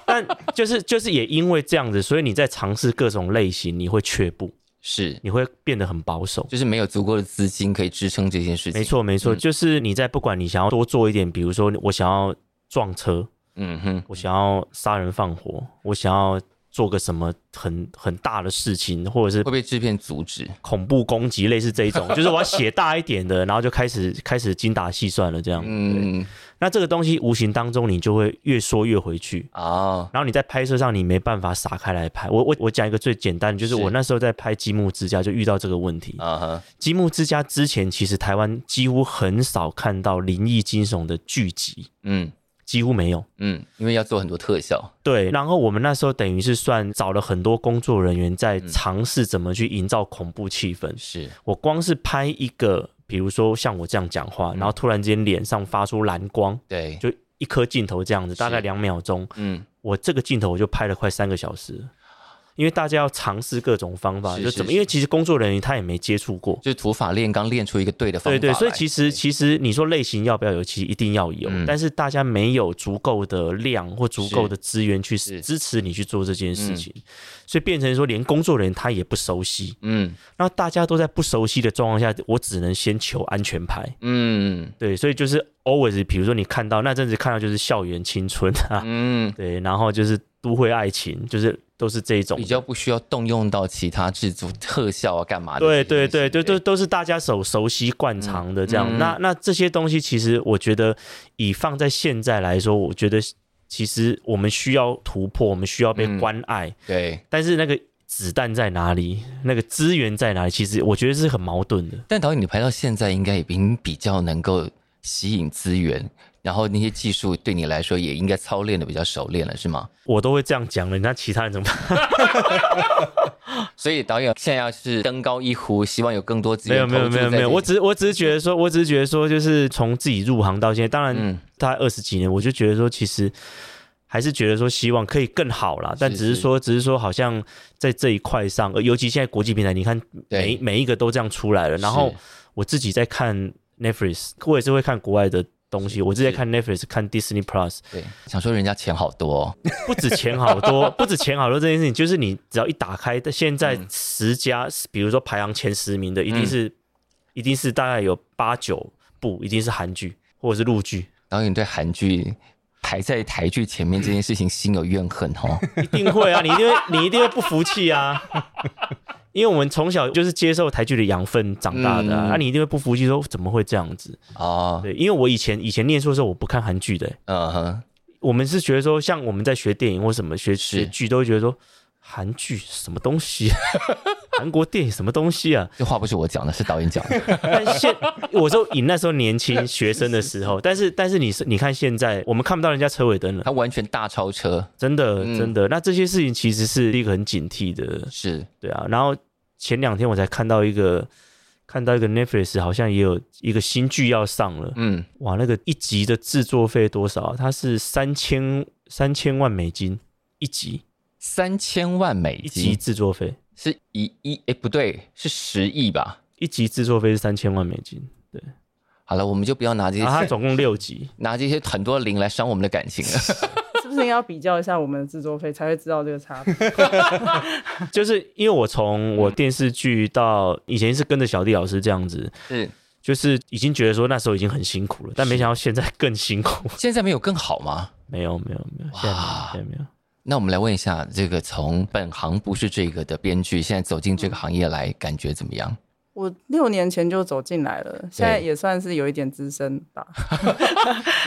[SPEAKER 4] 但 就是就是也因为这样子，所以你在尝试各种类型，你会却步，
[SPEAKER 2] 是，
[SPEAKER 4] 你会变得很保守。
[SPEAKER 2] 就是没有足够的资金可以支撑这件事情。
[SPEAKER 4] 没，错，没错，
[SPEAKER 2] 嗯
[SPEAKER 4] 就是你在不管你想要多做一点，比如说我想要撞车，
[SPEAKER 2] 嗯哼，
[SPEAKER 4] 我想要杀人放火，我想要做个什么很很大的事情，或者
[SPEAKER 2] 会
[SPEAKER 4] 是
[SPEAKER 2] 被制片阻止。
[SPEAKER 4] 恐怖攻击，类似这 一种，就是我要写大一点的，然后就开始开始精打细算了这样。嗯，
[SPEAKER 2] 嗯
[SPEAKER 4] 那这个东西无形当中你就会越缩越回去。
[SPEAKER 2] 啊，
[SPEAKER 4] 然后你在拍摄上你没办法撒开来拍。我我我讲一个最简单的，就是
[SPEAKER 2] 是
[SPEAKER 4] 我那时候在拍《积木之家》就遇到这个问题。
[SPEAKER 2] 啊哈，
[SPEAKER 4] 积木之家》之前其实台湾几乎很少看到灵异惊悚的剧集，
[SPEAKER 2] 嗯
[SPEAKER 4] 几乎没有。
[SPEAKER 2] 嗯，因为要做很多特效，
[SPEAKER 4] 对，然后我们那时候等于是算找了很多工作人员在尝试怎么去营造恐怖气氛。
[SPEAKER 2] 是
[SPEAKER 4] 我光是拍一个，比如说像我这样讲
[SPEAKER 2] 嗯
[SPEAKER 4] 话，然后突然间脸上发出蓝光，
[SPEAKER 2] 对，
[SPEAKER 4] 就一颗镜头这样子，大概两秒钟，
[SPEAKER 2] 嗯
[SPEAKER 4] 我这个镜头我就拍了快三个小时了，因为大家要尝试各种方法，
[SPEAKER 2] 是
[SPEAKER 4] 就是怎么，
[SPEAKER 2] 是
[SPEAKER 4] 因为其实工作人员他也没接触过，
[SPEAKER 2] 就是土法炼钢，练出一个对的方法
[SPEAKER 4] 对
[SPEAKER 2] 来。
[SPEAKER 4] 对，所以其实其实你说类型要不要有，其实一定要有，
[SPEAKER 2] 嗯
[SPEAKER 4] 但是大家没有足够的量或足够的资源去
[SPEAKER 2] 是
[SPEAKER 4] 支持你去做这件事情，所以变成说连工作人员他也不熟悉，
[SPEAKER 2] 嗯
[SPEAKER 4] 那大家都在不熟悉的状况下，我只能先求安全牌。
[SPEAKER 2] 嗯
[SPEAKER 4] 对，所以就是 always，比如说你看到那阵子看到就是校园青春啊，
[SPEAKER 2] 嗯，
[SPEAKER 4] 对，然后就是都会爱情，就是都是这一种
[SPEAKER 2] 比较不需要动用到其他制作特效啊，干嘛的
[SPEAKER 4] 对
[SPEAKER 2] 这些东西
[SPEAKER 4] 对对，就都都是大家熟熟悉惯常的这样。
[SPEAKER 2] 嗯
[SPEAKER 4] 那那这些东西，其实我觉得以放在现在来说，我觉得其实我们需要突破，我们需要被
[SPEAKER 2] 嗯
[SPEAKER 4] 关爱，
[SPEAKER 2] 对。
[SPEAKER 4] 但是那个子弹在哪里，那个资源在哪里，其实我觉得是很矛盾的。
[SPEAKER 2] 但导演，你拍到现在应该已经比较能够吸引资源，然后那些技术对你来说也应该操练的比较熟练了，是吗？
[SPEAKER 4] 我都会这样讲了，那其他人怎么办？
[SPEAKER 2] 所以导演现在要是登高一呼，希望有更多资
[SPEAKER 4] 没
[SPEAKER 2] 源
[SPEAKER 4] 有没
[SPEAKER 2] 投
[SPEAKER 4] 有
[SPEAKER 2] 注
[SPEAKER 4] 没有
[SPEAKER 2] 在
[SPEAKER 4] 没有，
[SPEAKER 2] 这
[SPEAKER 4] 我只我只是觉得说，我只是觉得说，就是从自己入行到现在，当然
[SPEAKER 2] 嗯
[SPEAKER 4] 大概二十几年，我就觉得说，其实还是觉得说，希望可以更好啦。但
[SPEAKER 2] 是
[SPEAKER 4] 只是
[SPEAKER 2] 是
[SPEAKER 4] 说，只是说，好像在这一块上，呃尤其现在国际平台，你看每
[SPEAKER 2] 对
[SPEAKER 4] 每一个都这样出来了。然后
[SPEAKER 2] 是
[SPEAKER 4] 我自己在看 Netflix，我也是会看国外的东西，我之前看 Netflix 看 Disney Plus，
[SPEAKER 2] 对，想说人家钱好多、哦，
[SPEAKER 4] 不止钱好 多，不止钱好多这件事情，就是你只要一打开，现在
[SPEAKER 2] 嗯
[SPEAKER 4] 十家，比如说排行前十名的，一定
[SPEAKER 2] 嗯
[SPEAKER 4] 是、一定是大概有八九部，一定是韩剧或者是陆剧，
[SPEAKER 2] 导演对韩剧排在台剧前面这件事情心有怨恨哦。
[SPEAKER 4] 一定会啊，你一定会，你一定会不服气啊。 因为我们从小就是接受台剧的养分长大的啊，
[SPEAKER 2] 嗯
[SPEAKER 4] 那、你一定会不服气，说怎么会这样子？
[SPEAKER 2] 哦，
[SPEAKER 4] 对，因为我以前以前念书的时候，我不看韩剧的、
[SPEAKER 2] 嗯哼，
[SPEAKER 4] 我们是觉得说，像我们在学电影或什么学
[SPEAKER 2] 是
[SPEAKER 4] 学剧，都会觉得说，韩剧什么东西、啊， 韩国电影什么东西啊？
[SPEAKER 2] 这话不是我讲的，是导演 讲的。
[SPEAKER 4] 但现我说以那时候年轻学生的时候，但是但是你是你看现在，我们看不到人家车尾灯了，
[SPEAKER 2] 他完全大超车，
[SPEAKER 4] 真的
[SPEAKER 2] 嗯
[SPEAKER 4] 真的。那这些事情其实是一个很警惕的，
[SPEAKER 2] 是
[SPEAKER 4] 对啊。然后前两天我才看到一个。看到一个 Netflix 好像也有一个新剧要上了，
[SPEAKER 2] 嗯，
[SPEAKER 4] 哇，那个一集的制作费多少啊？它是三千三千万美金一集，
[SPEAKER 2] 三千万美
[SPEAKER 4] 一集
[SPEAKER 2] 金
[SPEAKER 4] 制作费，
[SPEAKER 2] 是一亿，哎不对，是十亿吧？
[SPEAKER 4] 一集制作费是三千万美金，
[SPEAKER 2] 好了，我们就不要拿这些
[SPEAKER 4] 然后它总共六集。
[SPEAKER 2] 拿这些很多零来伤我们的感情了。
[SPEAKER 1] 是不是应该要比较一下我们的制作费，才会知道这个差别？
[SPEAKER 4] 就是因为我从我电视剧到以前是跟着小弟老师这样子，
[SPEAKER 2] 是
[SPEAKER 4] 就是已经觉得说那时候已经很辛苦了，但没想到现在更辛苦。
[SPEAKER 2] 现在没有更好吗？
[SPEAKER 4] 没有没有没有，现在没有
[SPEAKER 2] 哇
[SPEAKER 4] 现在没有。
[SPEAKER 2] 那我们来问一下，这个从本行不是这个的编剧，现在走进这个行业来，感觉怎么样？
[SPEAKER 1] 我六年前就走进来了，现在
[SPEAKER 2] 对
[SPEAKER 1] 也算是有一点资深吧。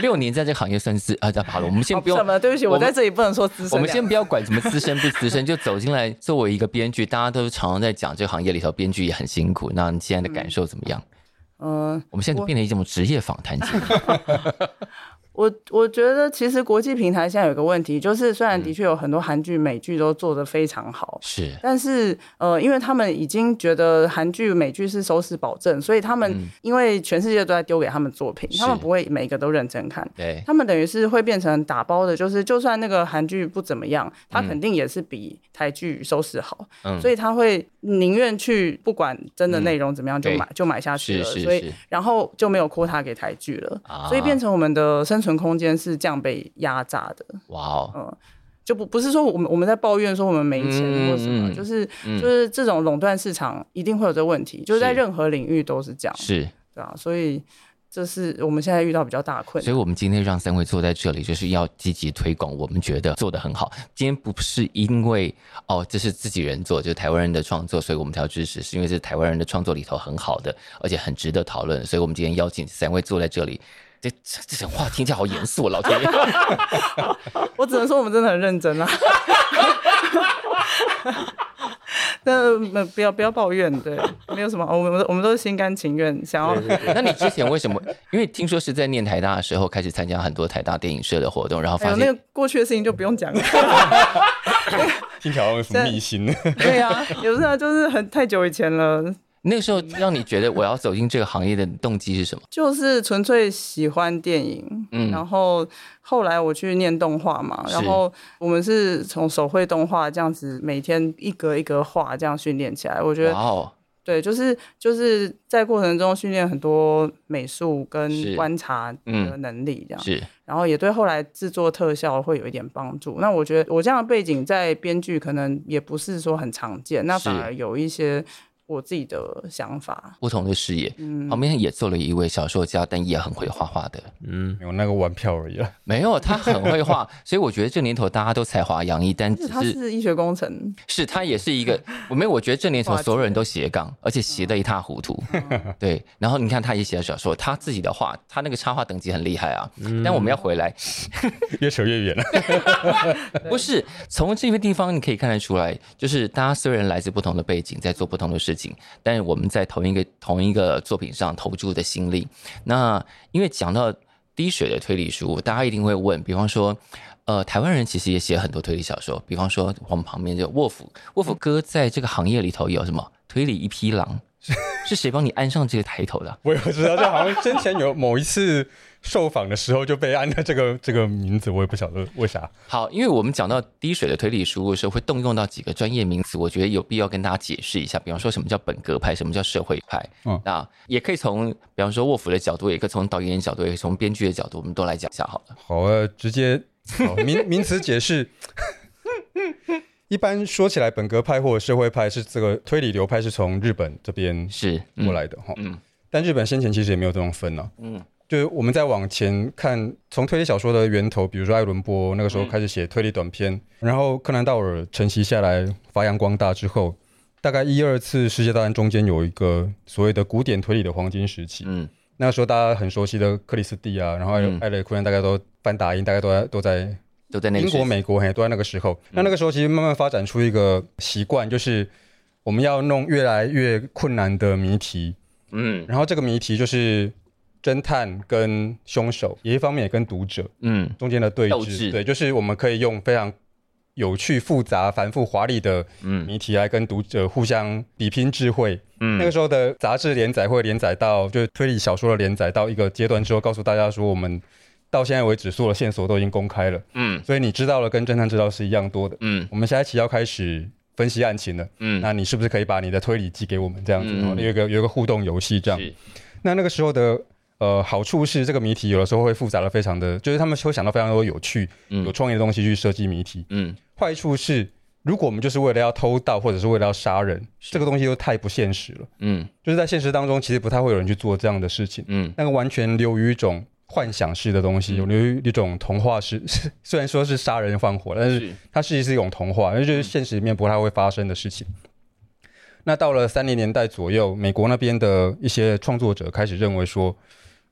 [SPEAKER 2] 六年在这个行业算是啊，好了，我们先
[SPEAKER 1] 哦
[SPEAKER 2] 不用
[SPEAKER 1] 什么，对不起，
[SPEAKER 2] 我
[SPEAKER 1] 我
[SPEAKER 2] 们
[SPEAKER 1] 在这里不能说资深两个字。啊
[SPEAKER 2] 我们先不要管什么资深不 资深，就走进来作为一个编剧，大家都常常在讲这个行业里头编剧也很辛苦。那你现在的感受怎么样？
[SPEAKER 1] 嗯，
[SPEAKER 2] 我们现在就
[SPEAKER 1] 我
[SPEAKER 2] 变成一种职业访谈节目，
[SPEAKER 1] 我我觉得其实国际平台现在有个问题，就是虽
[SPEAKER 2] 嗯
[SPEAKER 1] 然的确有很多韩剧、美剧都做得非常好，
[SPEAKER 2] 是
[SPEAKER 1] 但是呃，因为他们已经觉得韩剧、美剧是收视保证，所以他们因为全世界都在丢给他们作品，
[SPEAKER 2] 嗯是
[SPEAKER 1] 他们不会每个都认真看。
[SPEAKER 2] 对，
[SPEAKER 1] 他们等于是会变成打包的，就是就算那个韩剧不怎么样，它肯定也是比台剧收视好，
[SPEAKER 2] 嗯
[SPEAKER 1] 所以他会宁愿去不管真的内容怎么样就
[SPEAKER 2] 对
[SPEAKER 1] 买、就买下去
[SPEAKER 2] 是
[SPEAKER 1] 了，
[SPEAKER 2] 是
[SPEAKER 1] 所以
[SPEAKER 2] 是
[SPEAKER 1] 然后就没有 quota 给台剧了，
[SPEAKER 2] 啊
[SPEAKER 1] 所以变成我们的生存空间是这样被压榨的。
[SPEAKER 2] 哇哦，
[SPEAKER 1] 就不不是说我们我们在抱怨说我们没钱
[SPEAKER 2] 嗯
[SPEAKER 1] 或什么，
[SPEAKER 2] 嗯
[SPEAKER 1] 就是、
[SPEAKER 2] 嗯
[SPEAKER 1] 就是这种垄断市场一定会有这个问题，就是在
[SPEAKER 2] 是
[SPEAKER 1] 任何领域都是这样，
[SPEAKER 2] 是。
[SPEAKER 1] 对啊，所以这是我们现在遇到比较大的困
[SPEAKER 2] 所
[SPEAKER 1] 难
[SPEAKER 2] 以，。我们今天让三位坐在这里，就是要积极推广我们觉得做的很好。今天不是因为哦，这是自己人做，就是台湾人的创作，所以我们才要支持，是因为是台湾人的创作里头很好的，而且很值得讨论。所以我们今天邀请三位坐在这里。这这这种话听起来好严肃，老天爷！
[SPEAKER 1] 我只能说我们真的很认真啦。啊 那呃不要不要抱怨，对，没有什么，我们我们都是心甘情愿想要。哎
[SPEAKER 2] 那你之前为什么？因为听说是在念台大的时候开始参加很多台大电影社的活动，然后
[SPEAKER 1] 哎
[SPEAKER 2] 发
[SPEAKER 1] 呦，那
[SPEAKER 2] 现
[SPEAKER 1] 个过去的事情就不用讲了。
[SPEAKER 3] 听起来好像有什么秘辛呢？
[SPEAKER 1] 对啊， 也不是啊，就是很太久以前了，
[SPEAKER 2] 那个时候让你觉得我要走进这个行业的动机是什么？
[SPEAKER 1] 就是纯粹喜欢电影。
[SPEAKER 2] 嗯
[SPEAKER 1] 然后后来我去念动画嘛，
[SPEAKER 2] 是
[SPEAKER 1] 然后我们是从手绘动画这样子，每天一格一格画这样训练起来。我觉得
[SPEAKER 2] 哇哦，
[SPEAKER 1] 对，就是就是在过程中训练很多美术跟
[SPEAKER 2] 是
[SPEAKER 1] 观察的
[SPEAKER 2] 嗯
[SPEAKER 1] 能力，这样，
[SPEAKER 2] 是
[SPEAKER 1] 然后也对后来制作特效会有一点帮助。那我觉得我这样的背景在编剧可能也不是说很常见，那反
[SPEAKER 2] 是
[SPEAKER 1] 而有一些我自己的想法。
[SPEAKER 2] 不同的视野。
[SPEAKER 1] 嗯，
[SPEAKER 2] 旁边也坐了一位小说家，但也很会画画的。
[SPEAKER 4] 嗯，
[SPEAKER 3] 没有那个玩票而已啦。
[SPEAKER 2] 没有，他很会 画，所以我觉得这年头大家都才华洋溢，但只
[SPEAKER 1] 就是他
[SPEAKER 2] 是呃
[SPEAKER 1] 是医学工程，
[SPEAKER 2] 是他也是一 个，我没有，我觉得这年头
[SPEAKER 1] 哇
[SPEAKER 2] 所有人都斜杠，而且斜得一塌糊涂。
[SPEAKER 1] 哦
[SPEAKER 2] 对，然后你看他也写了小说，他自己的画，他那个插画等级很厉害啊。
[SPEAKER 1] 嗯
[SPEAKER 2] 但我们要回来，
[SPEAKER 3] 越扯越远了。
[SPEAKER 2] 不是从这个地方你可以看得出来，就是大家虽然来自不同的背景，在做不同的事情，但是我们在同一个同一个作品上投注的心力。那因为讲到滴水的推理书，大家一定会问，比方说，呃，台湾人其实也写很多推理小说，比方说我们旁边就沃夫，沃夫哥在这个行业里头有什么推理一匹狼， 是谁帮你安上这个抬头的啊？
[SPEAKER 3] 我也不知道，就好像之前有某一次受访的时候就被安了这个这个名字，我也不晓得为啥。
[SPEAKER 2] 好，因为我们讲到滴水的推理书的时候，会动用到几个专业名词，我觉得有必要跟大家解释一下。比方说，什么叫本格派，什么叫社会派。
[SPEAKER 3] 嗯
[SPEAKER 2] 那也可以从，比方说沃夫的角度，也可以从导演的角度，也可以从编剧的角度，我们都来讲一下好了。
[SPEAKER 3] 好，呃，直 接好名名词解释。 一般说起来，本格派或者社会派是这个推理流派是从日本这边
[SPEAKER 2] 是，
[SPEAKER 3] 过
[SPEAKER 2] 嗯，
[SPEAKER 3] 来的哈。
[SPEAKER 2] 嗯
[SPEAKER 3] 但日本先前其实也没有这种分啊。
[SPEAKER 2] 嗯，
[SPEAKER 3] 就是我们再往前看，从推理小说的源头，比如说艾伦坡那个
[SPEAKER 2] 嗯
[SPEAKER 3] 时候开始写推理短篇，然后柯南道尔承袭下来发扬光大之后，大概一二次世界大战中间有一个所谓的古典推理的黄金时期。
[SPEAKER 2] 嗯，
[SPEAKER 3] 那个时候大家很熟悉的克里斯蒂啊，然后艾
[SPEAKER 2] 嗯
[SPEAKER 3] 艾雷库恩大概都范达因大概都在都在
[SPEAKER 2] 都在那个
[SPEAKER 3] 英国、
[SPEAKER 2] 时期
[SPEAKER 3] 美国嘿都在那个时候。那那个时候其实慢慢发展出一个习惯，就是我们要弄越来越困难的谜题，
[SPEAKER 2] 嗯
[SPEAKER 3] 然后这个谜题就是侦探跟凶手，也一方面也跟读者
[SPEAKER 2] 嗯，
[SPEAKER 3] 中间的对
[SPEAKER 2] 斗
[SPEAKER 3] 峙，
[SPEAKER 2] 志
[SPEAKER 3] 对，就是我们可以用非常有趣、复杂、繁复、华丽的
[SPEAKER 2] 嗯
[SPEAKER 3] 谜题来跟读者互相比拼智慧。
[SPEAKER 2] 嗯
[SPEAKER 3] 那个时候的杂志连载会连载到，就是推理小说的连载到一个阶段之后，告诉大家说我们。到现在为止，所有的线索都已经公开了，
[SPEAKER 2] 嗯
[SPEAKER 3] 所以你知道了跟侦探知道是一样多的。
[SPEAKER 2] 嗯
[SPEAKER 3] 我们下一期要开始分析案情了，
[SPEAKER 2] 嗯，
[SPEAKER 3] 那你是不是可以把你的推理寄给我们这样子？
[SPEAKER 2] 嗯
[SPEAKER 3] 然后有一个有一个互动游戏这样。
[SPEAKER 2] 是
[SPEAKER 3] 那那个时候的呃好处是，这个谜题有的时候会复杂的非常的，就是他们会想到非常多有趣、
[SPEAKER 2] 嗯
[SPEAKER 3] 有创意的东西去设计谜题。
[SPEAKER 2] 嗯
[SPEAKER 3] 坏处是，如果我们就是为了要偷盗或者是为了要杀人，这个东西又太不现实了。
[SPEAKER 2] 嗯
[SPEAKER 3] 就是在现实当中，其实不太会有人去做这样的事情，
[SPEAKER 2] 嗯
[SPEAKER 3] 那个完全流于一种。幻想式的东西，有流于一种童话式， 虽然说是杀人放火，但是
[SPEAKER 2] 是
[SPEAKER 3] 它是一种童话，那就是现实里面不太会发生的事情。那到了三零年代左右，美国那边的一些创作者开始认为说，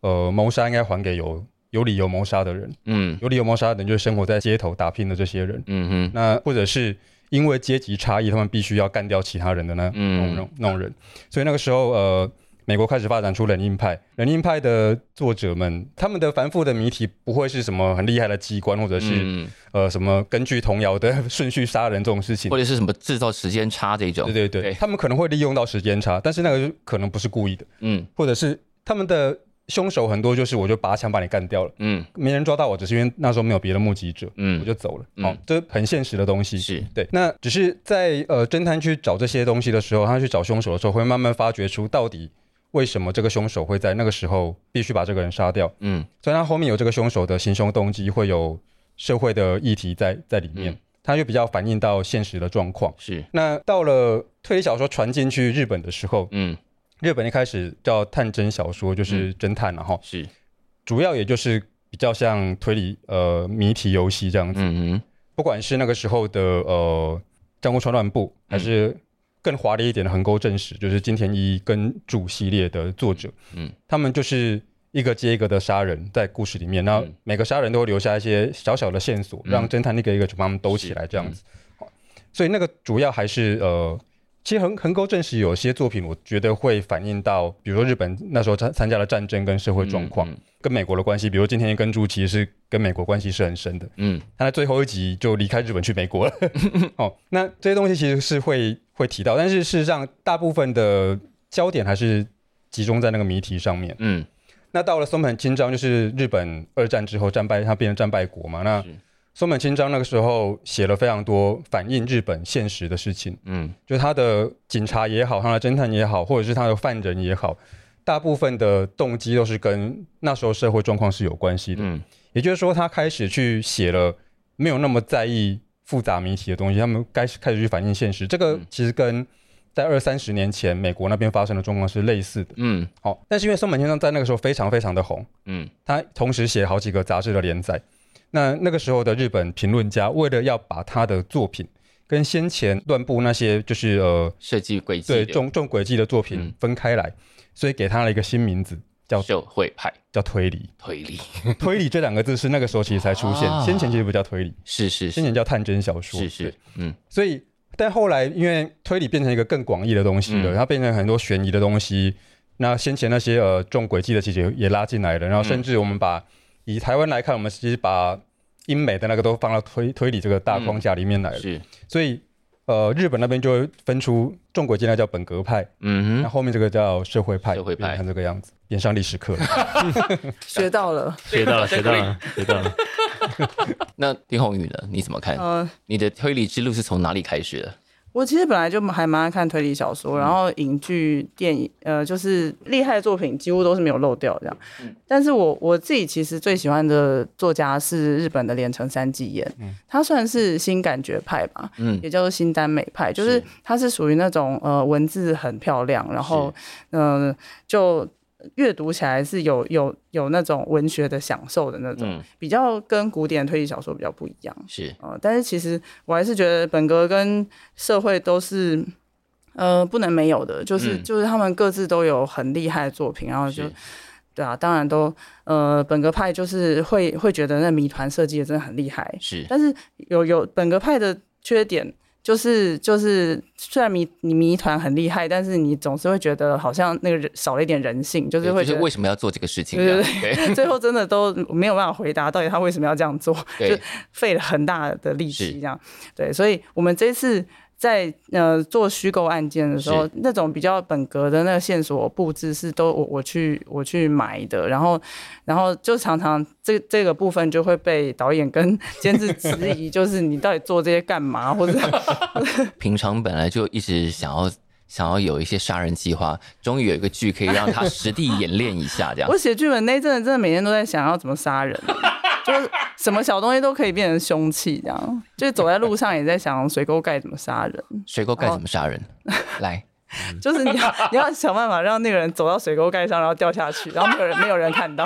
[SPEAKER 3] 呃，谋杀应该还给有有理由谋杀的人，
[SPEAKER 2] 嗯
[SPEAKER 3] 有理由谋杀的人就是生活在街头打拼的这些人，
[SPEAKER 2] 嗯哼，
[SPEAKER 3] 那或者是因为阶级差异，他们必须要干掉其他人的那那
[SPEAKER 2] 嗯
[SPEAKER 3] 种那种人。所以那个时候，呃，美国开始发展出冷硬派。冷硬派的作者们，他们的繁复的谜题不会是什么很厉害的机关，或者是、
[SPEAKER 2] 嗯，
[SPEAKER 3] 呃什么根据童谣的 顺序杀人这种事情
[SPEAKER 2] 或。者是什么制造时间差这种，
[SPEAKER 3] 对对对，
[SPEAKER 2] 对
[SPEAKER 3] 他们可能会利用到时间差，但是那个就可能不是故意的，
[SPEAKER 2] 嗯
[SPEAKER 3] 或者是他们的凶手很多就是我就拔枪把你干掉了，
[SPEAKER 2] 嗯
[SPEAKER 3] 没人抓到我，只是因为那时候没有别的目击者，我
[SPEAKER 2] 嗯，
[SPEAKER 3] 就走了。
[SPEAKER 2] 嗯
[SPEAKER 3] 哦，这很现实的东西。
[SPEAKER 2] 是，
[SPEAKER 3] 对，那只是在呃侦探去找这些东西的时候，他去找凶手的时候，会慢慢发掘出到底为什么这个凶手会在那个时候必须把这个人杀掉。
[SPEAKER 2] 嗯
[SPEAKER 3] 所以他后面有这个凶手的行凶动机，会有社会的议题在在里面，
[SPEAKER 2] 嗯
[SPEAKER 3] 他就比较反映到现实的状况。
[SPEAKER 2] 是，
[SPEAKER 3] 那到了推理小说传进去日本的时候，
[SPEAKER 2] 嗯
[SPEAKER 3] 日本一开始叫探侦小说，就是侦探然后、
[SPEAKER 2] 是，
[SPEAKER 3] 主要也就是比较像推理呃谜题游戏这样子。
[SPEAKER 2] 嗯哼，
[SPEAKER 3] 不管是那个时候的呃战国川乱步，
[SPEAKER 2] 嗯
[SPEAKER 3] 还是更华丽一点的横沟正史，就是金田一跟主系列的作者，
[SPEAKER 2] 嗯
[SPEAKER 3] 他们就是一个接一个的杀人，在故事里面，然后
[SPEAKER 2] 嗯
[SPEAKER 3] 每个杀人都会留下一些小小的线索，
[SPEAKER 2] 嗯
[SPEAKER 3] 让侦探一个一个去把他们兜起来，这样子。好所以那个主要还是呃。其实横横沟正史有些作品，我觉得会反映到，比如说日本那时候参参加了战争跟社会状况，
[SPEAKER 2] 嗯
[SPEAKER 3] 跟美国的关系，比如今天一跟猪其实是跟美国关系是很深的。
[SPEAKER 2] 嗯
[SPEAKER 3] 他在最后一集就离开日本去 美国了。哦，那这些东西其实是会会提到，但是事实上大部分的焦点还是集中在那个谜题上面。
[SPEAKER 2] 嗯
[SPEAKER 3] 那到了松本清张，就是日本二战之后战败，他变成战败国嘛。那
[SPEAKER 2] 是
[SPEAKER 3] 松本清张那个时候写了非常多反映日本现实的事情，
[SPEAKER 2] 嗯
[SPEAKER 3] 就是他的警察也好，他的侦探也好，或者是他的犯人也好，大部分的动机都是跟那时候社会状况是有关系的。
[SPEAKER 2] 嗯
[SPEAKER 3] 也就是说，他开始去写了没有那么在意复杂谜题的东西，他们开始开始去反映现实。这个
[SPEAKER 2] 嗯
[SPEAKER 3] 其实跟在二三十年前美国那边发生的状况是类似的。
[SPEAKER 2] 嗯
[SPEAKER 3] 好、但是因为松本清张在那个时候非常非常的红，
[SPEAKER 2] 嗯
[SPEAKER 3] 他同时写好几个杂志的连载。那那个时候的日本评论家为了要把他的作品跟先前乱步那些就是呃
[SPEAKER 2] 设计轨迹
[SPEAKER 3] 对
[SPEAKER 2] 的
[SPEAKER 3] 重重轨迹的作
[SPEAKER 2] 嗯
[SPEAKER 3] 品分开来，所以给他了一个新名字叫
[SPEAKER 2] 社会派
[SPEAKER 3] 叫 推理。
[SPEAKER 2] 推理，
[SPEAKER 3] 推理这两个字是那个时候其实才出现，
[SPEAKER 2] 啊
[SPEAKER 3] 先前其实不叫推理，
[SPEAKER 2] 是是是
[SPEAKER 3] 先前叫探侦小说。
[SPEAKER 2] 是
[SPEAKER 3] 对
[SPEAKER 2] 是，，嗯
[SPEAKER 3] 所以但后来因为推理变成一个更广义的东西了，
[SPEAKER 2] 嗯
[SPEAKER 3] 它变成很多悬疑的东西。那先前那些呃重轨迹的其实也拉进来了，
[SPEAKER 2] 嗯
[SPEAKER 3] 然后甚至我们把、以台湾来看，我们其实把英美的那个都放到推推理这个大框架里面来了。
[SPEAKER 2] 嗯是，
[SPEAKER 3] 所以呃，日本那边就会分出重轨迹那叫本格派，
[SPEAKER 2] 嗯
[SPEAKER 3] 那、
[SPEAKER 2] 哼，
[SPEAKER 3] 后面这个叫社会派，
[SPEAKER 2] 社会派
[SPEAKER 3] 变成这个样子，演上历史 课了。
[SPEAKER 1] 学到了。
[SPEAKER 4] 学到了，学到了，学到了。
[SPEAKER 2] 那丁宏宇呢？你怎么看？
[SPEAKER 1] 呃，
[SPEAKER 2] 你的推理之路是从哪里开始的？
[SPEAKER 1] 我其实本来就还蛮爱看推理小
[SPEAKER 2] 嗯
[SPEAKER 1] 说，然后影剧、电影，呃，就是厉害的作品几乎都是没有漏掉这样。
[SPEAKER 2] 嗯
[SPEAKER 1] 但是我我自己其实最喜欢的作家是日本的连城三纪彦，他算是新感觉派吧，
[SPEAKER 2] 嗯
[SPEAKER 1] 也叫做新耽美派，就是
[SPEAKER 2] 是
[SPEAKER 1] 他是属于那种呃文字很漂亮，然后嗯、呃就。阅读起来是有有有那种文学的享受的那种，
[SPEAKER 2] 嗯，
[SPEAKER 1] 比较跟古典推理小说比较不一样。
[SPEAKER 2] 是，
[SPEAKER 1] 呃，但是其实我还是觉得本格跟社会都是。呃，不能没有的，就是、
[SPEAKER 2] 嗯
[SPEAKER 1] 就是他们各自都有很厉害的作品，然后就是对啊，当然都呃，本格派就是会会觉得那谜团设计的真的很厉害，
[SPEAKER 2] 是，
[SPEAKER 1] 但是有有本格派的缺点，就是就是虽然谜你谜团很厉害，但是你总是会觉得好像那个人少了一点人性，就是
[SPEAKER 2] 对
[SPEAKER 1] 会
[SPEAKER 2] 就
[SPEAKER 1] 觉
[SPEAKER 2] 是
[SPEAKER 1] 得
[SPEAKER 2] 为什么要做这个事情？
[SPEAKER 1] 对对
[SPEAKER 2] 对对，
[SPEAKER 1] 最后真的都没有办法回答到底他为什么要这样做，
[SPEAKER 2] 对
[SPEAKER 1] 就费了很大的力
[SPEAKER 2] 是
[SPEAKER 1] 气这样。对，所以我们这次在呃做虚构案件的时候
[SPEAKER 2] 是，
[SPEAKER 1] 那种比较本格的那个线索布置是都我我去我去埋的，然后然后就常常这这个部分就会被导演跟 监制质疑，就是你到底做这些干嘛，或者
[SPEAKER 2] 平常本来就一直想要想要有一些杀人计划，终于有一个剧可以让他实地演练一下，这样
[SPEAKER 1] 我。写剧本那一阵子真的每天都在想要怎么杀人。就是什么小东西都可以变成凶器，这样。就是走在路上也在想水沟盖怎么杀人。
[SPEAKER 2] 水沟盖怎么杀人？来，
[SPEAKER 1] 就是你要你要想办法让那个人走到水沟盖上，然后掉下去，然后没有人没有人看到。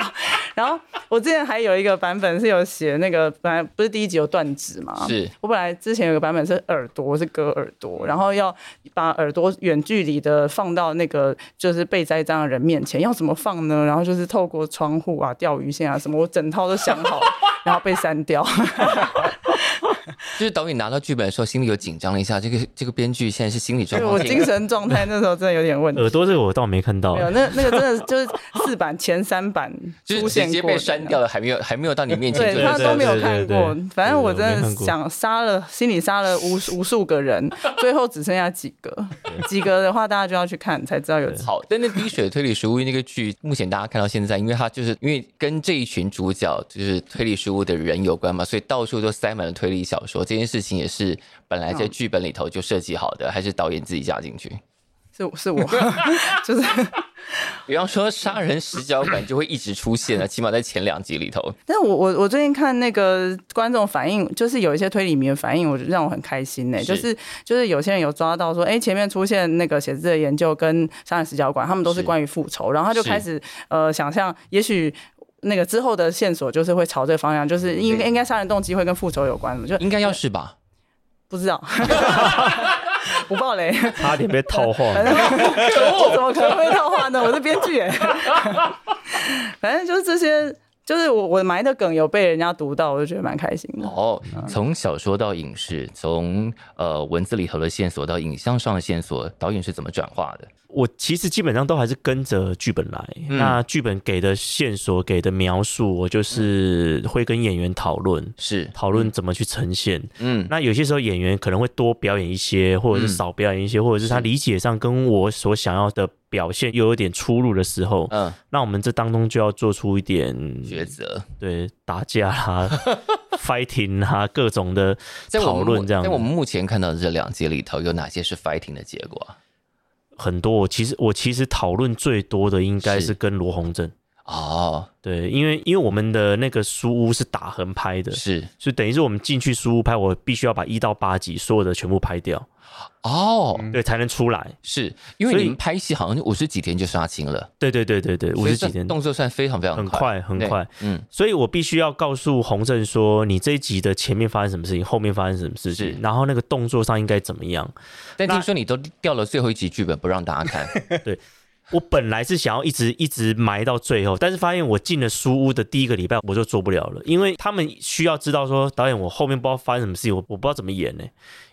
[SPEAKER 1] 然后我之前还有一个版本是有写那个，本来不是第一集有断指嘛？
[SPEAKER 2] 是
[SPEAKER 1] 我本来之前有个版本是耳朵是割耳朵，然后要把耳朵远距离的放到那个就是被栽赃的人面前，要怎么放呢？然后就是透过窗户啊、钓鱼线啊什么，我整套都想好了，然后被删掉。
[SPEAKER 2] 就是导演拿到剧本的时候，心里有紧张了一下。这个这个编剧现在是心理状
[SPEAKER 1] 对
[SPEAKER 2] 况
[SPEAKER 1] 哎我
[SPEAKER 2] 是一个，
[SPEAKER 1] 精神状态那时候真的有点问题。
[SPEAKER 4] 耳朵这个我倒没看到
[SPEAKER 1] 没，有，那那个真的就是四版前三版
[SPEAKER 2] 就
[SPEAKER 1] 出
[SPEAKER 2] 是
[SPEAKER 1] 现
[SPEAKER 2] 直接
[SPEAKER 1] 过
[SPEAKER 2] 被
[SPEAKER 1] 的
[SPEAKER 2] 删掉了，还没有还没有到你面前
[SPEAKER 1] 对
[SPEAKER 2] 就
[SPEAKER 1] 他
[SPEAKER 2] 是。
[SPEAKER 1] 都没有看
[SPEAKER 4] 对对
[SPEAKER 1] 过
[SPEAKER 4] 对对，
[SPEAKER 1] 反正我
[SPEAKER 4] 对
[SPEAKER 1] 真
[SPEAKER 4] 我没
[SPEAKER 1] 的
[SPEAKER 4] 看过
[SPEAKER 1] 想杀了，心里杀了无数无数个人，最后只剩下几个，几个的话大家就要去看才知道有几
[SPEAKER 2] 好，但那《滴水推理书屋》那个剧，目前大家看到现在，因为它就是因为跟这一群主角就是推理书屋的人有关嘛，所以到处都塞满了推理小说。这件事情也是本来
[SPEAKER 1] 嗯
[SPEAKER 2] 在剧本里头就设计好的，还是导演自己加进去？
[SPEAKER 1] 是是我， 就是，
[SPEAKER 2] 比方说杀人死角感就会一直出现啊，起码在前两集里头。
[SPEAKER 1] 但是我我我最近看那个观众反应，就是有一些推理迷的反应，我就让我很开心呢、
[SPEAKER 2] 是
[SPEAKER 1] 就是就是有些人有抓到说，哎、前面出现那个写字的研究跟杀人死角馆，他们都是
[SPEAKER 2] 是
[SPEAKER 1] 关于复仇，然后他就是开始呃想象，也许。那个之后的线索就是会朝这个方向，就是应该
[SPEAKER 2] 对
[SPEAKER 1] 应该杀人动机会跟复仇有关，就
[SPEAKER 2] 应该要是吧？
[SPEAKER 1] 不知道， 不爆雷。
[SPEAKER 4] 差点被套 话。
[SPEAKER 1] 我怎么可能会套话呢？我是编剧耶。 反正就是这些，就是我我埋的梗有被人家读到，我就觉得蛮开心的。
[SPEAKER 2] 哦，从小说到影视，从呃文字里头的线索到影像上的线索，导演是怎么转化的？
[SPEAKER 4] 我其实基本上都还是跟着剧本来，
[SPEAKER 2] 嗯
[SPEAKER 4] 那剧本给的线索、给的描述，我
[SPEAKER 2] 嗯
[SPEAKER 4] 就是会跟演员讨论，
[SPEAKER 2] 是，
[SPEAKER 4] 讨论怎么去呈现。
[SPEAKER 2] 嗯，
[SPEAKER 4] 那有些时候演员可能会多表演一些，或者是
[SPEAKER 2] 嗯
[SPEAKER 4] 少表演一些，或者是他理解上跟我所想要的表现又有点出入的时候，
[SPEAKER 2] 嗯，
[SPEAKER 4] 那我们这当中就要做出一点
[SPEAKER 2] 抉择
[SPEAKER 4] 对打架 啦、fighting 啦各种的
[SPEAKER 2] 在我
[SPEAKER 4] 讨
[SPEAKER 2] 们
[SPEAKER 4] 论，这样
[SPEAKER 2] 在我们目前看到的这两集里头，有哪些是 fighting 的结果啊？
[SPEAKER 4] 很多。我其实我其实讨论最多的应该
[SPEAKER 2] 是
[SPEAKER 4] 是跟罗红正。
[SPEAKER 2] 哦，
[SPEAKER 4] 对，因为因为我们的那个书屋是打横拍的，
[SPEAKER 2] 是，
[SPEAKER 4] 所以等于是我们进去书屋拍，我必须要把一到八集所有的全部拍掉，
[SPEAKER 2] 哦，
[SPEAKER 4] 对，才能出来。
[SPEAKER 2] 是因为
[SPEAKER 4] 所以
[SPEAKER 2] 你们拍戏好像就五十几天就杀青了，
[SPEAKER 4] 对对对对对，五
[SPEAKER 2] 所以
[SPEAKER 4] 十几
[SPEAKER 2] 算
[SPEAKER 4] 天，
[SPEAKER 2] 动作算非常非常
[SPEAKER 4] 很
[SPEAKER 2] 快，
[SPEAKER 4] 快很
[SPEAKER 2] 对
[SPEAKER 4] 快。
[SPEAKER 2] 嗯，
[SPEAKER 4] 所以我必须要告诉洪正说，你这一集的前面发生什么事情，后面发生什么事
[SPEAKER 2] 是
[SPEAKER 4] 情，然后那个动作上应该怎么样。
[SPEAKER 2] 但
[SPEAKER 4] 那
[SPEAKER 2] 听说你都掉了最后一集剧本不让大家 看，
[SPEAKER 4] 我本来是想要一直一直埋到最后，但是发现我进了书屋的第一个礼拜我就做不了了，因为他们需要知道说导演我后面不知道发生什么事情，我我不知道怎么演呢、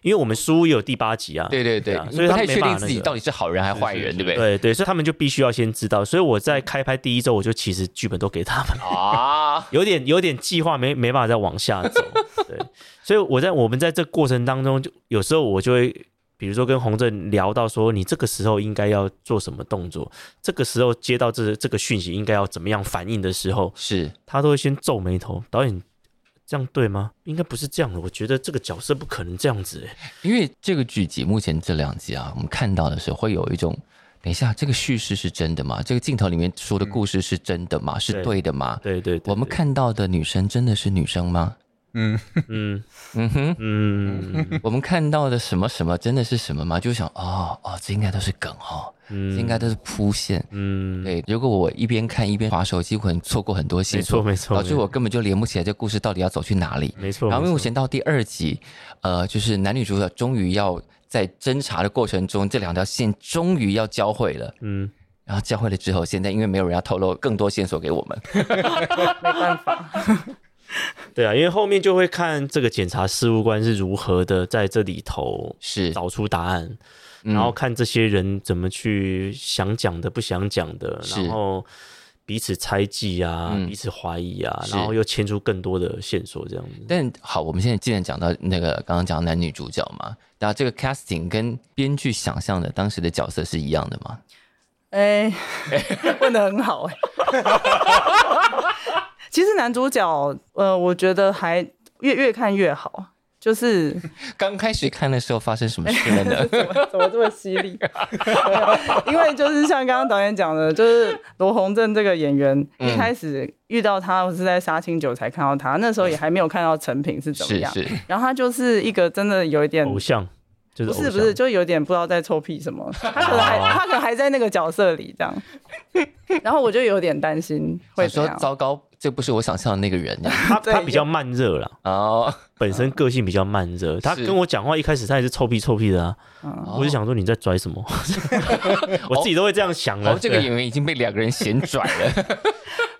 [SPEAKER 4] 因为我们书屋也有第八集啊，
[SPEAKER 2] 对对对
[SPEAKER 4] 啊，
[SPEAKER 2] 你
[SPEAKER 4] 所以
[SPEAKER 2] 不
[SPEAKER 4] 他
[SPEAKER 2] 太
[SPEAKER 4] 们没
[SPEAKER 2] 确
[SPEAKER 4] 办
[SPEAKER 2] 定
[SPEAKER 4] 法
[SPEAKER 2] 自
[SPEAKER 4] 那
[SPEAKER 2] 己
[SPEAKER 4] 个
[SPEAKER 2] 到底是好人还是坏人，对不对？
[SPEAKER 4] 对对，所以他们就必须要先知道，所以我在开拍第一周我就其实剧本都给他们了。
[SPEAKER 2] 啊，
[SPEAKER 4] 有点有点计划没没办法再往下走，对，所以我在我们在这过程当中，就有时候我就会，比如说跟洪正聊到说，你这个时候应该要做什么动作，这个时候接到这这个讯息应该要怎么样反应的时候，
[SPEAKER 2] 是
[SPEAKER 4] 他都会先皱眉头，导演这样对吗？应该不是这样的，我觉得这个角色不可能这样子、欸，
[SPEAKER 2] 因为这个剧集目前这两集啊，我们看到的时候会有一种，等一下，这个叙事是真的吗？这个镜头里面说的故事是真的吗？是
[SPEAKER 4] 对
[SPEAKER 2] 对的吗？
[SPEAKER 4] 对对对，
[SPEAKER 2] 我们看到的女生真的是女生吗？
[SPEAKER 3] 嗯，
[SPEAKER 4] 对，嗯
[SPEAKER 2] 嗯哼，
[SPEAKER 4] 嗯
[SPEAKER 2] 我们看到的什么什么真的是什么吗？就想哦哦，这应该都是梗哦，这
[SPEAKER 4] 嗯，
[SPEAKER 2] 应该都是铺线。
[SPEAKER 4] 嗯，
[SPEAKER 2] 对，如果我一边看一边划手机，我可能错过很多
[SPEAKER 4] 没
[SPEAKER 2] 线
[SPEAKER 4] 错
[SPEAKER 2] 索，
[SPEAKER 4] 没错，
[SPEAKER 2] 导致我根本就连不起来这故事到底要走去哪里。
[SPEAKER 4] 没错，
[SPEAKER 2] 然后
[SPEAKER 4] 没
[SPEAKER 2] 目
[SPEAKER 4] 错
[SPEAKER 2] 前到第二集，呃，就是男女主角终于要在侦查的过程中，这两条线终于要交汇了。
[SPEAKER 4] 嗯。
[SPEAKER 2] 然后交汇了之后，现在因为没有人要透露更多线索给我们，
[SPEAKER 1] 没办法，
[SPEAKER 4] 对啊，因为后面就会看这个检察事务官是如何的在这里头
[SPEAKER 2] 是，
[SPEAKER 4] 找出答案，
[SPEAKER 2] 嗯
[SPEAKER 4] 然后看这些人怎么去想讲的、不想讲的，
[SPEAKER 2] 是
[SPEAKER 4] 然后彼此猜忌啊，
[SPEAKER 2] 嗯
[SPEAKER 4] 彼此怀疑啊，
[SPEAKER 2] 是
[SPEAKER 4] 然后又牵出更多的线索，这样子。
[SPEAKER 2] 但好，我们现在既然讲到那个刚刚讲男女主角嘛，那这个 casting 跟编剧想象的当时的角色是一样的吗？
[SPEAKER 1] 哎、 问的很好哎、 其实男主角，呃，我觉得还越越看越好， 就是
[SPEAKER 2] 刚开始看的时候发生什么事 了呢？
[SPEAKER 1] 怎么怎么这么犀利？ 没有因为就是像刚刚导演讲的，就是罗洪正这个演员，
[SPEAKER 2] 嗯
[SPEAKER 1] 一开始遇到他，我是在杀青酒才看到他，那时候也还没有看到成品是怎么
[SPEAKER 2] 是
[SPEAKER 1] 样。
[SPEAKER 2] 是，
[SPEAKER 1] 然后他就是一个真的有一点
[SPEAKER 4] 偶像，就是
[SPEAKER 1] 不
[SPEAKER 4] 偶
[SPEAKER 1] 是
[SPEAKER 4] 像
[SPEAKER 1] 不是，就有点不知道在臭屁什 么，他可能还他可能还在那个角色里这样，然后我就有点担心会怎
[SPEAKER 2] 想说
[SPEAKER 1] 样。
[SPEAKER 2] 糟糕，这不是我想象的那个人呀。
[SPEAKER 4] 他他
[SPEAKER 1] 对
[SPEAKER 4] 比较慢热啦，
[SPEAKER 2] 哦，
[SPEAKER 4] 本身个性比较慢热。他
[SPEAKER 2] 是哦
[SPEAKER 4] 跟我讲话一开始他也是臭屁臭屁的啊，
[SPEAKER 1] 嗯
[SPEAKER 4] 我就想说你在 拽什么，我自己都会这样想了。
[SPEAKER 2] 哦，这个
[SPEAKER 4] 对
[SPEAKER 2] 演员已经被两个人嫌拽了，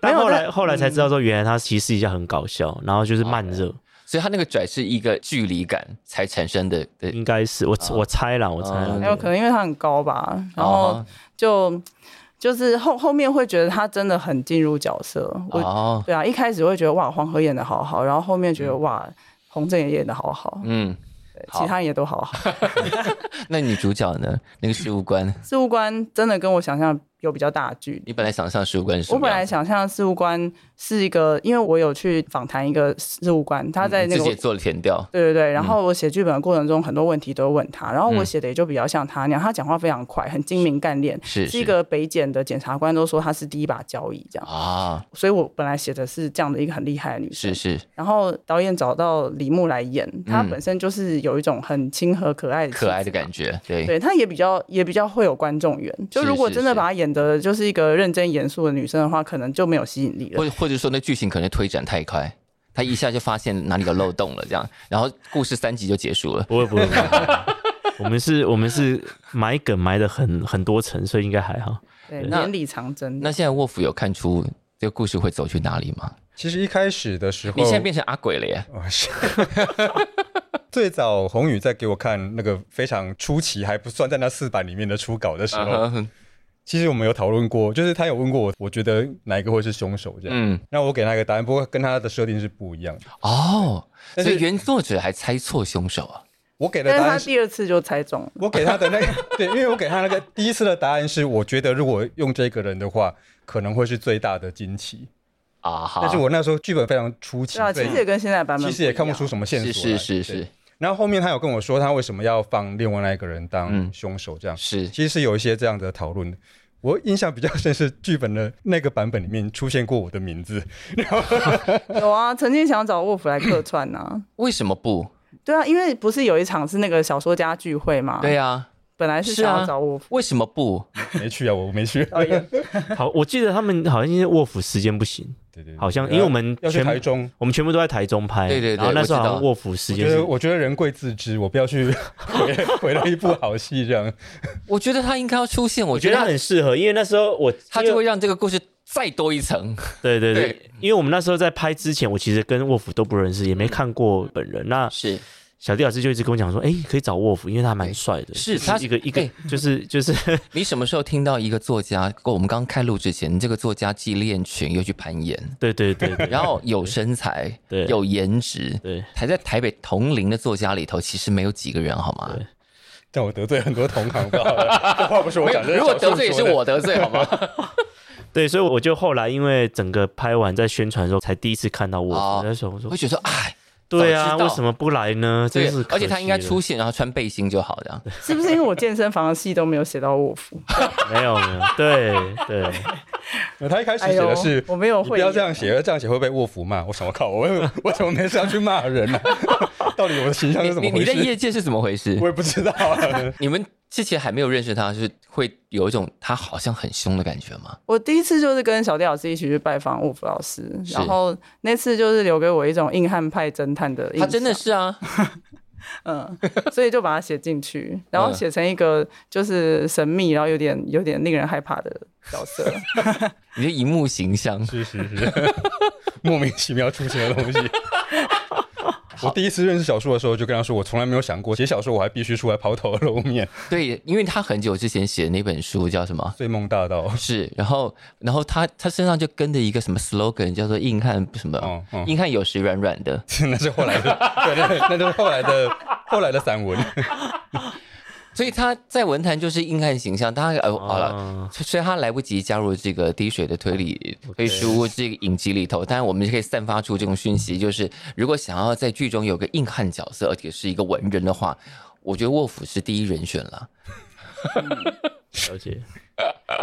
[SPEAKER 4] 但
[SPEAKER 1] 没有
[SPEAKER 4] 后来
[SPEAKER 1] 但
[SPEAKER 4] 后来
[SPEAKER 2] 嗯
[SPEAKER 4] 才知道说，原来他其实私底下很搞笑，然后就是慢
[SPEAKER 2] 哦
[SPEAKER 4] 热，
[SPEAKER 2] 所以他那个拽是一个距离感才产生的。的
[SPEAKER 4] 应该是我我猜啦，我猜啦
[SPEAKER 2] 哦，
[SPEAKER 1] 还有哎可能因为他很高吧，然后就就是后后面会觉得他真的很进入角色。我、
[SPEAKER 2] 哦，
[SPEAKER 1] 对啊，一开始会觉得哇黄河演的好好，然后后面觉得哇洪正也演的好好，
[SPEAKER 2] 嗯，
[SPEAKER 1] 对
[SPEAKER 2] 好
[SPEAKER 1] 其他人也都好好。
[SPEAKER 2] 那女主角呢？那个事务官，
[SPEAKER 1] 事务官真的跟我想象有比较大的距离。
[SPEAKER 2] 你本来想象事务官是什
[SPEAKER 1] 我
[SPEAKER 2] 么
[SPEAKER 1] 本来
[SPEAKER 2] 样子？
[SPEAKER 1] 想象事务官是一个，因为我有去访谈一个事务官，他在
[SPEAKER 2] 嗯
[SPEAKER 1] 那
[SPEAKER 2] 自
[SPEAKER 1] 个
[SPEAKER 2] 己也做了填调，
[SPEAKER 1] 对对对，然后我写剧本的过程中，很多问题都问他，然后我
[SPEAKER 2] 嗯
[SPEAKER 1] 写的也就比较像他那样，他讲话非常快，很精明干练，
[SPEAKER 2] 是
[SPEAKER 1] 是一个北检的检察官都说他是第一把交椅这样，
[SPEAKER 2] 啊，
[SPEAKER 1] 所以我本来写的是这样的一个很厉害的女生
[SPEAKER 2] 是，是
[SPEAKER 1] 然后导演找到李牧来演，她本身就是有一种很亲和可爱的
[SPEAKER 2] 可爱的
[SPEAKER 1] 觉。
[SPEAKER 2] 感觉，对，
[SPEAKER 1] 对，她也比较也比较会有观众缘。就是如果
[SPEAKER 2] 是
[SPEAKER 1] 真的
[SPEAKER 2] 是
[SPEAKER 1] 把她演的就是一个认真严肃的女生的话，可能就没有吸引力了
[SPEAKER 2] 或。者或者说那剧情可能推展太快，他一下就发现哪里有漏洞了，这样，然后故事三集就结束了。
[SPEAKER 4] 不会不会。不会我们是，我们是埋梗埋的很很多层，所以应该还好。
[SPEAKER 1] 对，
[SPEAKER 2] 那
[SPEAKER 1] 绵里藏针。
[SPEAKER 2] 那现在沃夫有看出这个故事会走去哪里吗？
[SPEAKER 3] 其实一开始的时候，
[SPEAKER 2] 你现在变成阿鬼了耶！
[SPEAKER 3] 啊是。最早宏宇在给我看那个非常初期还不算在那四版里面的初稿的时候
[SPEAKER 2] 嗯哼
[SPEAKER 3] 其实我们有讨论过，就是他有问过我，我觉得哪一个会是凶手这样。
[SPEAKER 2] 嗯，
[SPEAKER 3] 那我给他一个答案，不过跟他的设定是不一样的。
[SPEAKER 2] 哦，所
[SPEAKER 3] 但是
[SPEAKER 2] 以原作者还猜错凶手啊？
[SPEAKER 3] 我给的
[SPEAKER 1] 但是
[SPEAKER 3] 答
[SPEAKER 1] 她
[SPEAKER 3] 案是，
[SPEAKER 1] 第二次就猜中了。
[SPEAKER 3] 我给他的那个 对，因为我给他那个第一次的答案是，我觉得如果用这个人的话，可能会是最大的惊奇。
[SPEAKER 2] 啊哈，
[SPEAKER 3] 但是我那时候剧本非常初期，
[SPEAKER 1] 对啊，
[SPEAKER 3] 所
[SPEAKER 1] 其
[SPEAKER 3] 以
[SPEAKER 1] 实也跟现在版本
[SPEAKER 3] 其实也看不出
[SPEAKER 1] 么。
[SPEAKER 3] 什么线索
[SPEAKER 2] 是
[SPEAKER 3] 来。
[SPEAKER 2] 是是
[SPEAKER 3] 对
[SPEAKER 2] 是。
[SPEAKER 3] 然后后面他有跟我说，他为什么要放另外那一个人当
[SPEAKER 2] 嗯
[SPEAKER 3] 凶手这样。
[SPEAKER 2] 是
[SPEAKER 3] 其实是有一些这样的讨论的。我印象比较深是剧本的那个版本里面出现过我的名字，
[SPEAKER 1] 有啊，曾经想找沃夫来客串呐、 啊。
[SPEAKER 2] 为什么不？
[SPEAKER 1] 对啊，因为不是有一场是那个小说家聚会嘛？
[SPEAKER 2] 对
[SPEAKER 1] 啊，
[SPEAKER 2] 啊，
[SPEAKER 1] 本来是
[SPEAKER 2] 是
[SPEAKER 1] 想
[SPEAKER 2] 啊
[SPEAKER 1] 要找沃夫。
[SPEAKER 2] 为什么不？
[SPEAKER 3] 没去啊，我我没去。
[SPEAKER 1] 导演
[SPEAKER 4] 好，我记得他们好像因为卧府时间不行，
[SPEAKER 3] 对对，对
[SPEAKER 4] 好像
[SPEAKER 3] 对啊
[SPEAKER 4] 因为我们
[SPEAKER 3] 要去
[SPEAKER 4] 全
[SPEAKER 3] 台中，
[SPEAKER 4] 我们全部都在台中拍，
[SPEAKER 2] 对对对
[SPEAKER 4] 然后那时候好
[SPEAKER 2] 我
[SPEAKER 4] 像
[SPEAKER 2] 知道
[SPEAKER 4] 卧府时
[SPEAKER 3] 我
[SPEAKER 4] 间
[SPEAKER 3] 觉
[SPEAKER 4] 是
[SPEAKER 3] 得我觉得人贵自知，我不要去 毁毁了一部好戏这样。
[SPEAKER 2] 我觉得他应该要出现，我
[SPEAKER 4] 我觉
[SPEAKER 2] 觉
[SPEAKER 4] 得
[SPEAKER 2] 得
[SPEAKER 4] 他
[SPEAKER 2] 他
[SPEAKER 4] 很适合，因为那时候我
[SPEAKER 2] 他
[SPEAKER 4] 因为
[SPEAKER 2] 就会让这个故事再多一层。
[SPEAKER 4] 对对对，
[SPEAKER 2] 对
[SPEAKER 4] 因为我们那时候在拍之前，我其实跟沃夫都不认识，也没看过本人。那
[SPEAKER 2] 是
[SPEAKER 4] 小弟老师就一直跟我讲说，哎、可以找沃夫，因为他蛮帅的，
[SPEAKER 2] 是
[SPEAKER 4] 就
[SPEAKER 2] 他
[SPEAKER 4] 一个一个
[SPEAKER 2] 哎
[SPEAKER 4] 就是就是，
[SPEAKER 2] 你什么时候听到一个作家？我们刚开录之前，你这个作家既练拳又去攀岩，
[SPEAKER 4] 对对对对
[SPEAKER 2] 然后有身材，
[SPEAKER 4] 对
[SPEAKER 2] 有颜值，
[SPEAKER 4] 对，
[SPEAKER 2] 还在台北同龄的作家里头，其实没有几个人，好吗？
[SPEAKER 4] 对
[SPEAKER 3] 但我得罪很多同行，不好了，这话不是我
[SPEAKER 2] 没
[SPEAKER 3] 讲，
[SPEAKER 2] 有，
[SPEAKER 3] 这是
[SPEAKER 2] 如果
[SPEAKER 3] 小树
[SPEAKER 2] 得罪也是
[SPEAKER 3] 说的。
[SPEAKER 2] 我得罪，好吗？
[SPEAKER 4] 对，所以我就后来因为整个拍完在宣传的时候，才第一次看到沃
[SPEAKER 2] 哦
[SPEAKER 4] 夫，那时候我说
[SPEAKER 2] 会，觉得说，哎，
[SPEAKER 4] 对啊，
[SPEAKER 2] 早知道
[SPEAKER 4] 为什么不来呢？真
[SPEAKER 2] 对
[SPEAKER 4] 是可惜，了，
[SPEAKER 2] 而且他应该出现，然后穿背心就好的。
[SPEAKER 1] 是不是因为我健身房的戏都没有写到沃夫？
[SPEAKER 4] 没有没有，对 对，
[SPEAKER 3] 他一开始写的
[SPEAKER 1] 哎
[SPEAKER 3] 是
[SPEAKER 1] 呦，我没有
[SPEAKER 3] 你
[SPEAKER 1] 会
[SPEAKER 3] 不要这样写，这样写会被卧服骂。我想，我靠，我为我怎么没事要去骂人呢、 到底我的形象
[SPEAKER 2] 你
[SPEAKER 3] 是怎么
[SPEAKER 2] 你你
[SPEAKER 3] 回
[SPEAKER 2] 在
[SPEAKER 3] 事？
[SPEAKER 2] 业界是怎么回事
[SPEAKER 3] 我？也不知道、啊。
[SPEAKER 2] 你们之前还没有认识他，是会有一种他好像很凶的感觉吗？
[SPEAKER 1] 我第一次就是跟小弟老师一起去拜访沃夫老师，
[SPEAKER 2] 是
[SPEAKER 1] 然后那次就是留给我一种硬汉派侦探的印
[SPEAKER 2] 他
[SPEAKER 1] 象，
[SPEAKER 2] 真的是 啊，
[SPEAKER 1] 嗯，所以就把它写进去，然
[SPEAKER 3] 嗯
[SPEAKER 1] 后写成一个就是神秘，然后有点有点令人害怕的角色。
[SPEAKER 2] 你的荧幕形象
[SPEAKER 3] 是是是， 莫名其妙出现的东 西。我第一次认识小树的时候，就跟他说，我从来没有想过 写小说，我还必须出来抛头露面，
[SPEAKER 2] 对，因为他很久之前写的那本书叫什么？
[SPEAKER 3] 醉梦大 道。
[SPEAKER 2] 是，然后，然后他他身上就跟着一个什么 slogan，叫做“硬汉什么，
[SPEAKER 3] 哦哦
[SPEAKER 2] 硬汉有时软软的
[SPEAKER 3] 那是后来的，对对，那就是后来的后来的散 文。”，
[SPEAKER 2] 所以他在文坛就是硬汉形象。他呃，好了，
[SPEAKER 4] 啊，
[SPEAKER 2] 所以他来不及加入这个滴水的推理推书这个影集里头，当然我们就可以散发出这种讯息，就是如果想要在剧中有个硬汉角色，而且是一个文人的话，我觉得沃夫是第一人选了。
[SPEAKER 4] 了解，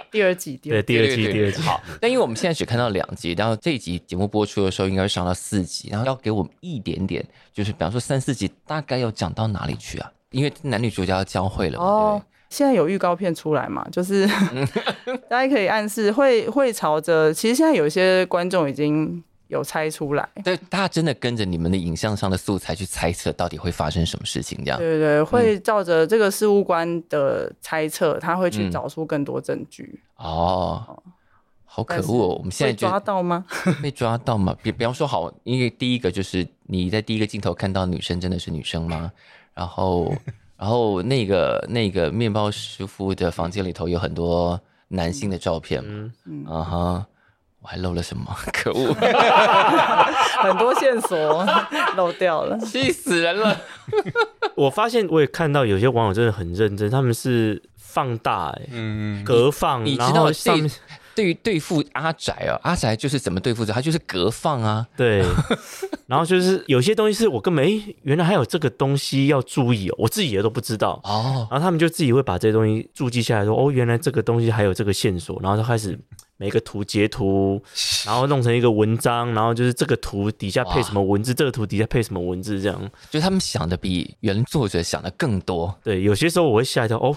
[SPEAKER 1] 第二季，第二
[SPEAKER 4] 对，
[SPEAKER 1] 季
[SPEAKER 4] 第二
[SPEAKER 2] 对
[SPEAKER 4] 季
[SPEAKER 2] 对
[SPEAKER 4] 第
[SPEAKER 2] 对
[SPEAKER 4] 二季，
[SPEAKER 2] 好，但因为我们现在只看到两集，然后这一集节目播出的时候应该会上到四集，然后要给我们一点点，就是比方说三四集大概要讲到哪里去啊？因为男女主角要交汇了嘛，
[SPEAKER 1] 哦，现在有预告片出来嘛，就是
[SPEAKER 2] 嗯
[SPEAKER 1] 大家可以暗示会会朝着，其实现在有一些观众已经有猜出来，
[SPEAKER 2] 对不对，对，大家真的跟着你们的影像上的素材去猜测到底会发生什么事情，这样
[SPEAKER 1] 对对对，会照着这个事务官的猜测，他会去
[SPEAKER 2] 嗯
[SPEAKER 1] 找出更多证据，
[SPEAKER 2] 哦，好可
[SPEAKER 1] 但是
[SPEAKER 2] 恶哦！我们现在
[SPEAKER 1] 会
[SPEAKER 2] 就
[SPEAKER 1] 抓到吗？
[SPEAKER 2] 被抓到嘛？比比方说，好，因为第一个就是你在第一个镜头看到女生真的是女生吗？然后， 然后那个那个面包师傅的房间里头有很多男性的照片嘛，
[SPEAKER 4] 嗯，
[SPEAKER 1] 嗯，
[SPEAKER 2] 啊哈，我还漏了什么？ 可恶，
[SPEAKER 1] 很多线索 漏掉了。
[SPEAKER 2] 气死人了！
[SPEAKER 4] 我发现我也看到有些网友真的很认真，他们是放大、欸，
[SPEAKER 3] 嗯，
[SPEAKER 4] 隔放，
[SPEAKER 2] 你知
[SPEAKER 4] 然
[SPEAKER 2] 道
[SPEAKER 4] 后
[SPEAKER 2] 这
[SPEAKER 4] 上面
[SPEAKER 2] 对于对付阿宅啊，阿宅就是怎么对付的？他就是隔放啊，
[SPEAKER 4] 对， 然后就是有些东西是我根本哎、诶原来还有这个东西要注意哦，我自己也都不知道。
[SPEAKER 2] 哦，
[SPEAKER 4] 然后他们就自己会把这些东西注记下来说，哦，原来这个东西还有这个线索，然后就开始每个图截图，然后弄成一个文章，然后就是这个图底下配什么文字，这个图底下配什么文字，这样。
[SPEAKER 2] 就他们想的比原作者想的更多，
[SPEAKER 4] 对，有些时候我会吓一跳，哦，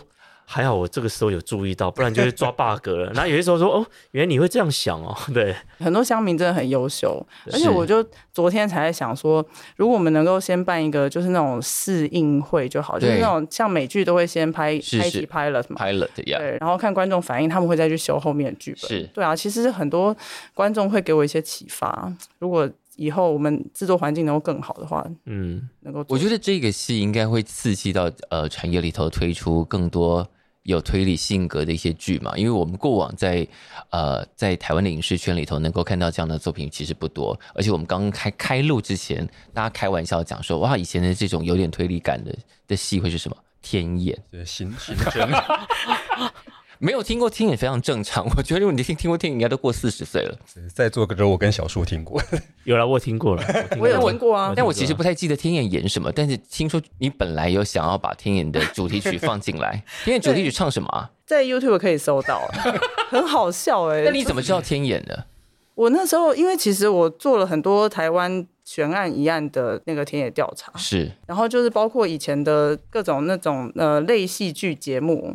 [SPEAKER 4] 还好我这个时候有注意到，不然就是抓 bug 了。然后有些时候说，哦，原来你会这样想哦，对，
[SPEAKER 1] 很多乡民真的很优秀，
[SPEAKER 2] 对
[SPEAKER 1] 而且我就昨天才在想说，如果我们能够先办一个就是那种试映会就好，就
[SPEAKER 2] 对
[SPEAKER 1] 是那种像美剧都会先拍
[SPEAKER 2] 是
[SPEAKER 1] 拍
[SPEAKER 2] 是
[SPEAKER 1] 一集 pilot 嘛，
[SPEAKER 2] 拍了的呀，
[SPEAKER 1] 对，然后看观众反应，他们会再去修后面的剧本。
[SPEAKER 2] 是
[SPEAKER 1] 对啊，其实很多观众会给我一些启发，如果以后我们制作环境能够更好的话，
[SPEAKER 4] 嗯，
[SPEAKER 1] 能够做
[SPEAKER 2] 我觉得这个戏应该会刺激到呃产业里头推出更多有推理性格的一些剧嘛，因为我们过往在呃在台湾的影视圈里头能够看到这样的作品其实不多，而且我们刚开开录之前，大家开玩笑讲说，哇，以前的这种有点推理感的的戏会是什么？天眼
[SPEAKER 3] 这行行 程
[SPEAKER 2] 没有听过，天眼非常正常。我觉得如果你听听过天眼，应该都过四十岁了。
[SPEAKER 3] 在座的我跟小树听过，
[SPEAKER 4] 有了，我听过了，我
[SPEAKER 1] 我
[SPEAKER 4] 听
[SPEAKER 1] 有
[SPEAKER 4] 过
[SPEAKER 1] 听
[SPEAKER 4] 了。
[SPEAKER 1] 过啊
[SPEAKER 4] 我，
[SPEAKER 2] 但我其实不太记得天眼演什么，但是听说你本来有想要把天眼的主题曲放进来。天眼主题曲唱什么啊？
[SPEAKER 1] 在 YouTube 可以搜到， 很好笑哎、
[SPEAKER 2] 那你怎么知道天眼的？
[SPEAKER 1] 我那时候因为其实我做了很多台湾悬案一案的那个田野调查，
[SPEAKER 2] 是
[SPEAKER 1] 然后就是包括以前的各种那种呃类戏剧节 目，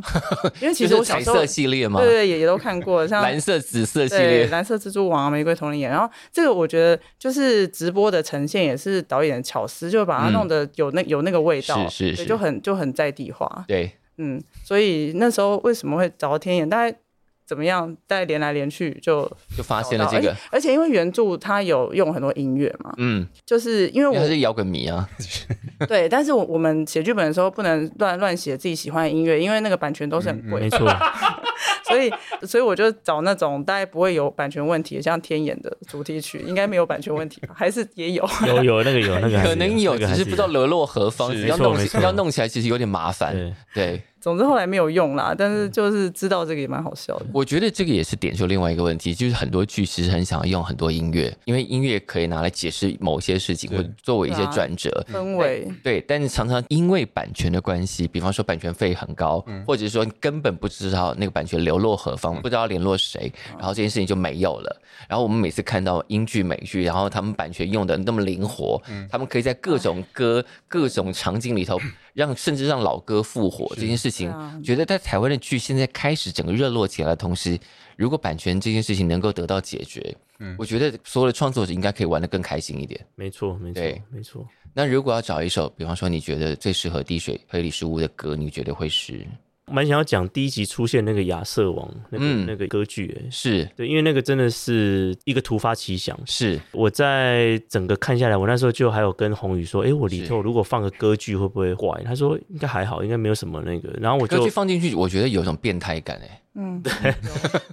[SPEAKER 1] 因为其实
[SPEAKER 2] 就
[SPEAKER 1] 我
[SPEAKER 2] 是
[SPEAKER 1] 小
[SPEAKER 2] 彩
[SPEAKER 1] 时候
[SPEAKER 2] 色
[SPEAKER 1] 对
[SPEAKER 2] 系列吗？
[SPEAKER 1] 对对也也都看 过，像
[SPEAKER 2] 蓝色、紫色系
[SPEAKER 1] 对，
[SPEAKER 2] 列。
[SPEAKER 1] 蓝色蜘蛛网、啊、玫瑰同林眼，然后这个我觉得就是直播的呈现也是导演的巧思，就把它弄得有那、有那个味道，
[SPEAKER 2] 嗯是
[SPEAKER 1] 对
[SPEAKER 2] 是是
[SPEAKER 1] 就很就很在地化，
[SPEAKER 2] 对，
[SPEAKER 1] 嗯，所以那时候为什么会找到天眼，大概怎么样，大概连来连去就
[SPEAKER 2] 就发
[SPEAKER 1] 找
[SPEAKER 2] 现了
[SPEAKER 1] 到哎
[SPEAKER 2] 这
[SPEAKER 1] 而
[SPEAKER 2] 个
[SPEAKER 1] 且，而且因为原著它有用很多音乐嘛，
[SPEAKER 2] 嗯，
[SPEAKER 1] 就是因为
[SPEAKER 2] 因为他
[SPEAKER 1] 我
[SPEAKER 2] 是摇滚迷啊，
[SPEAKER 1] 对，但是我我们写剧本的时候不能乱乱写自己喜欢的音乐，因为那个版权都
[SPEAKER 2] 嗯
[SPEAKER 1] 是很贵，
[SPEAKER 4] 没错，
[SPEAKER 1] 所以，所以我就找那种大概不会有版权问题，像天眼的主题曲应该没有版权问题吧？还是也有？
[SPEAKER 4] 有有那个有那个还是
[SPEAKER 2] 可能有，
[SPEAKER 4] 那个
[SPEAKER 2] 只
[SPEAKER 4] 还
[SPEAKER 2] 是不知道流落何方，
[SPEAKER 3] 是
[SPEAKER 2] 只要
[SPEAKER 4] 没错
[SPEAKER 2] 弄
[SPEAKER 4] 没
[SPEAKER 2] 起
[SPEAKER 4] 错
[SPEAKER 2] 要弄起来，其实有点麻烦。
[SPEAKER 4] 对，
[SPEAKER 2] 对，
[SPEAKER 1] 总之后来没有用啦，但
[SPEAKER 2] 嗯
[SPEAKER 1] 是就是知道这个也蛮好笑的。
[SPEAKER 2] 我觉得这个也是点出另外一个问题，就是很多剧其实很想要用很多音乐，因为音乐可以拿来解释某些事情，
[SPEAKER 3] 对
[SPEAKER 2] 或者作为一些
[SPEAKER 1] 对啊
[SPEAKER 2] 转折。
[SPEAKER 1] 氛围
[SPEAKER 2] 对，但是常常因为版权的关系，比方说版权费很高，或者说你根本不知道那个版权流落何方，不知道联络谁，然后这件事情就没有了。然后我们每次看到英剧、美剧，然后他们版权用的那么灵活，他们可以在各种歌、各种场景里头让甚至让老歌复活这件事情
[SPEAKER 1] 对啊，
[SPEAKER 2] 觉得在台湾的剧现在开始整个热络起来的同时，如果版权这件事情能够得到解决，我觉得所有的创作者应该可以玩得更开心一点。
[SPEAKER 4] 没错没
[SPEAKER 2] 对
[SPEAKER 4] 错没错。
[SPEAKER 2] 那如果要找一首，比方说你觉得最适合滴水推理事务的歌，你觉得会是
[SPEAKER 4] 蛮想要讲第一集出现那个亚瑟王那个、
[SPEAKER 2] 嗯
[SPEAKER 4] 那个歌剧、欸，
[SPEAKER 2] 是
[SPEAKER 4] 对，因为那个真的是一个突发奇想。
[SPEAKER 2] 是
[SPEAKER 4] 我在整个看下来，我那时候就还有跟宏宇说，诶，我里
[SPEAKER 2] 是
[SPEAKER 4] 头如果放个歌剧会不会坏？他说应该还好，应该没有什么那个。然后我
[SPEAKER 2] 歌
[SPEAKER 4] 就
[SPEAKER 2] 剧，放进去，我觉得有一种变态感哎、
[SPEAKER 1] 嗯，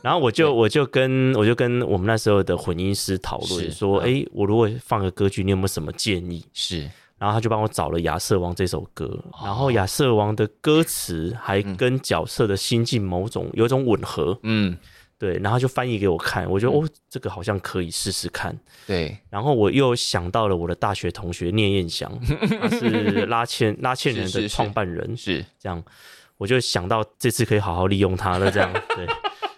[SPEAKER 4] 然后我就我就跟我就跟我们那时候的混音师讨
[SPEAKER 2] 是
[SPEAKER 4] 论说，
[SPEAKER 2] 嗯
[SPEAKER 4] 诶，我如果放个歌剧，你有没有什么建议？
[SPEAKER 2] 是
[SPEAKER 4] 然后他就帮我找了《亚瑟王》这首歌，
[SPEAKER 2] 哦
[SPEAKER 4] 然后《亚瑟王》的歌词还跟角色的心境某种有种吻合，
[SPEAKER 2] 嗯
[SPEAKER 4] 对，然后就翻译给我看，我觉得、哦，这个好像可以试试看。
[SPEAKER 2] 对
[SPEAKER 4] 然后我又想到了我的大学同学聂彦祥，他是拉纤拉纤人
[SPEAKER 2] 是是
[SPEAKER 4] 的
[SPEAKER 2] 是
[SPEAKER 4] 创办人，
[SPEAKER 2] 是
[SPEAKER 4] 这样我就想到这次可以好好利用他了，这样对。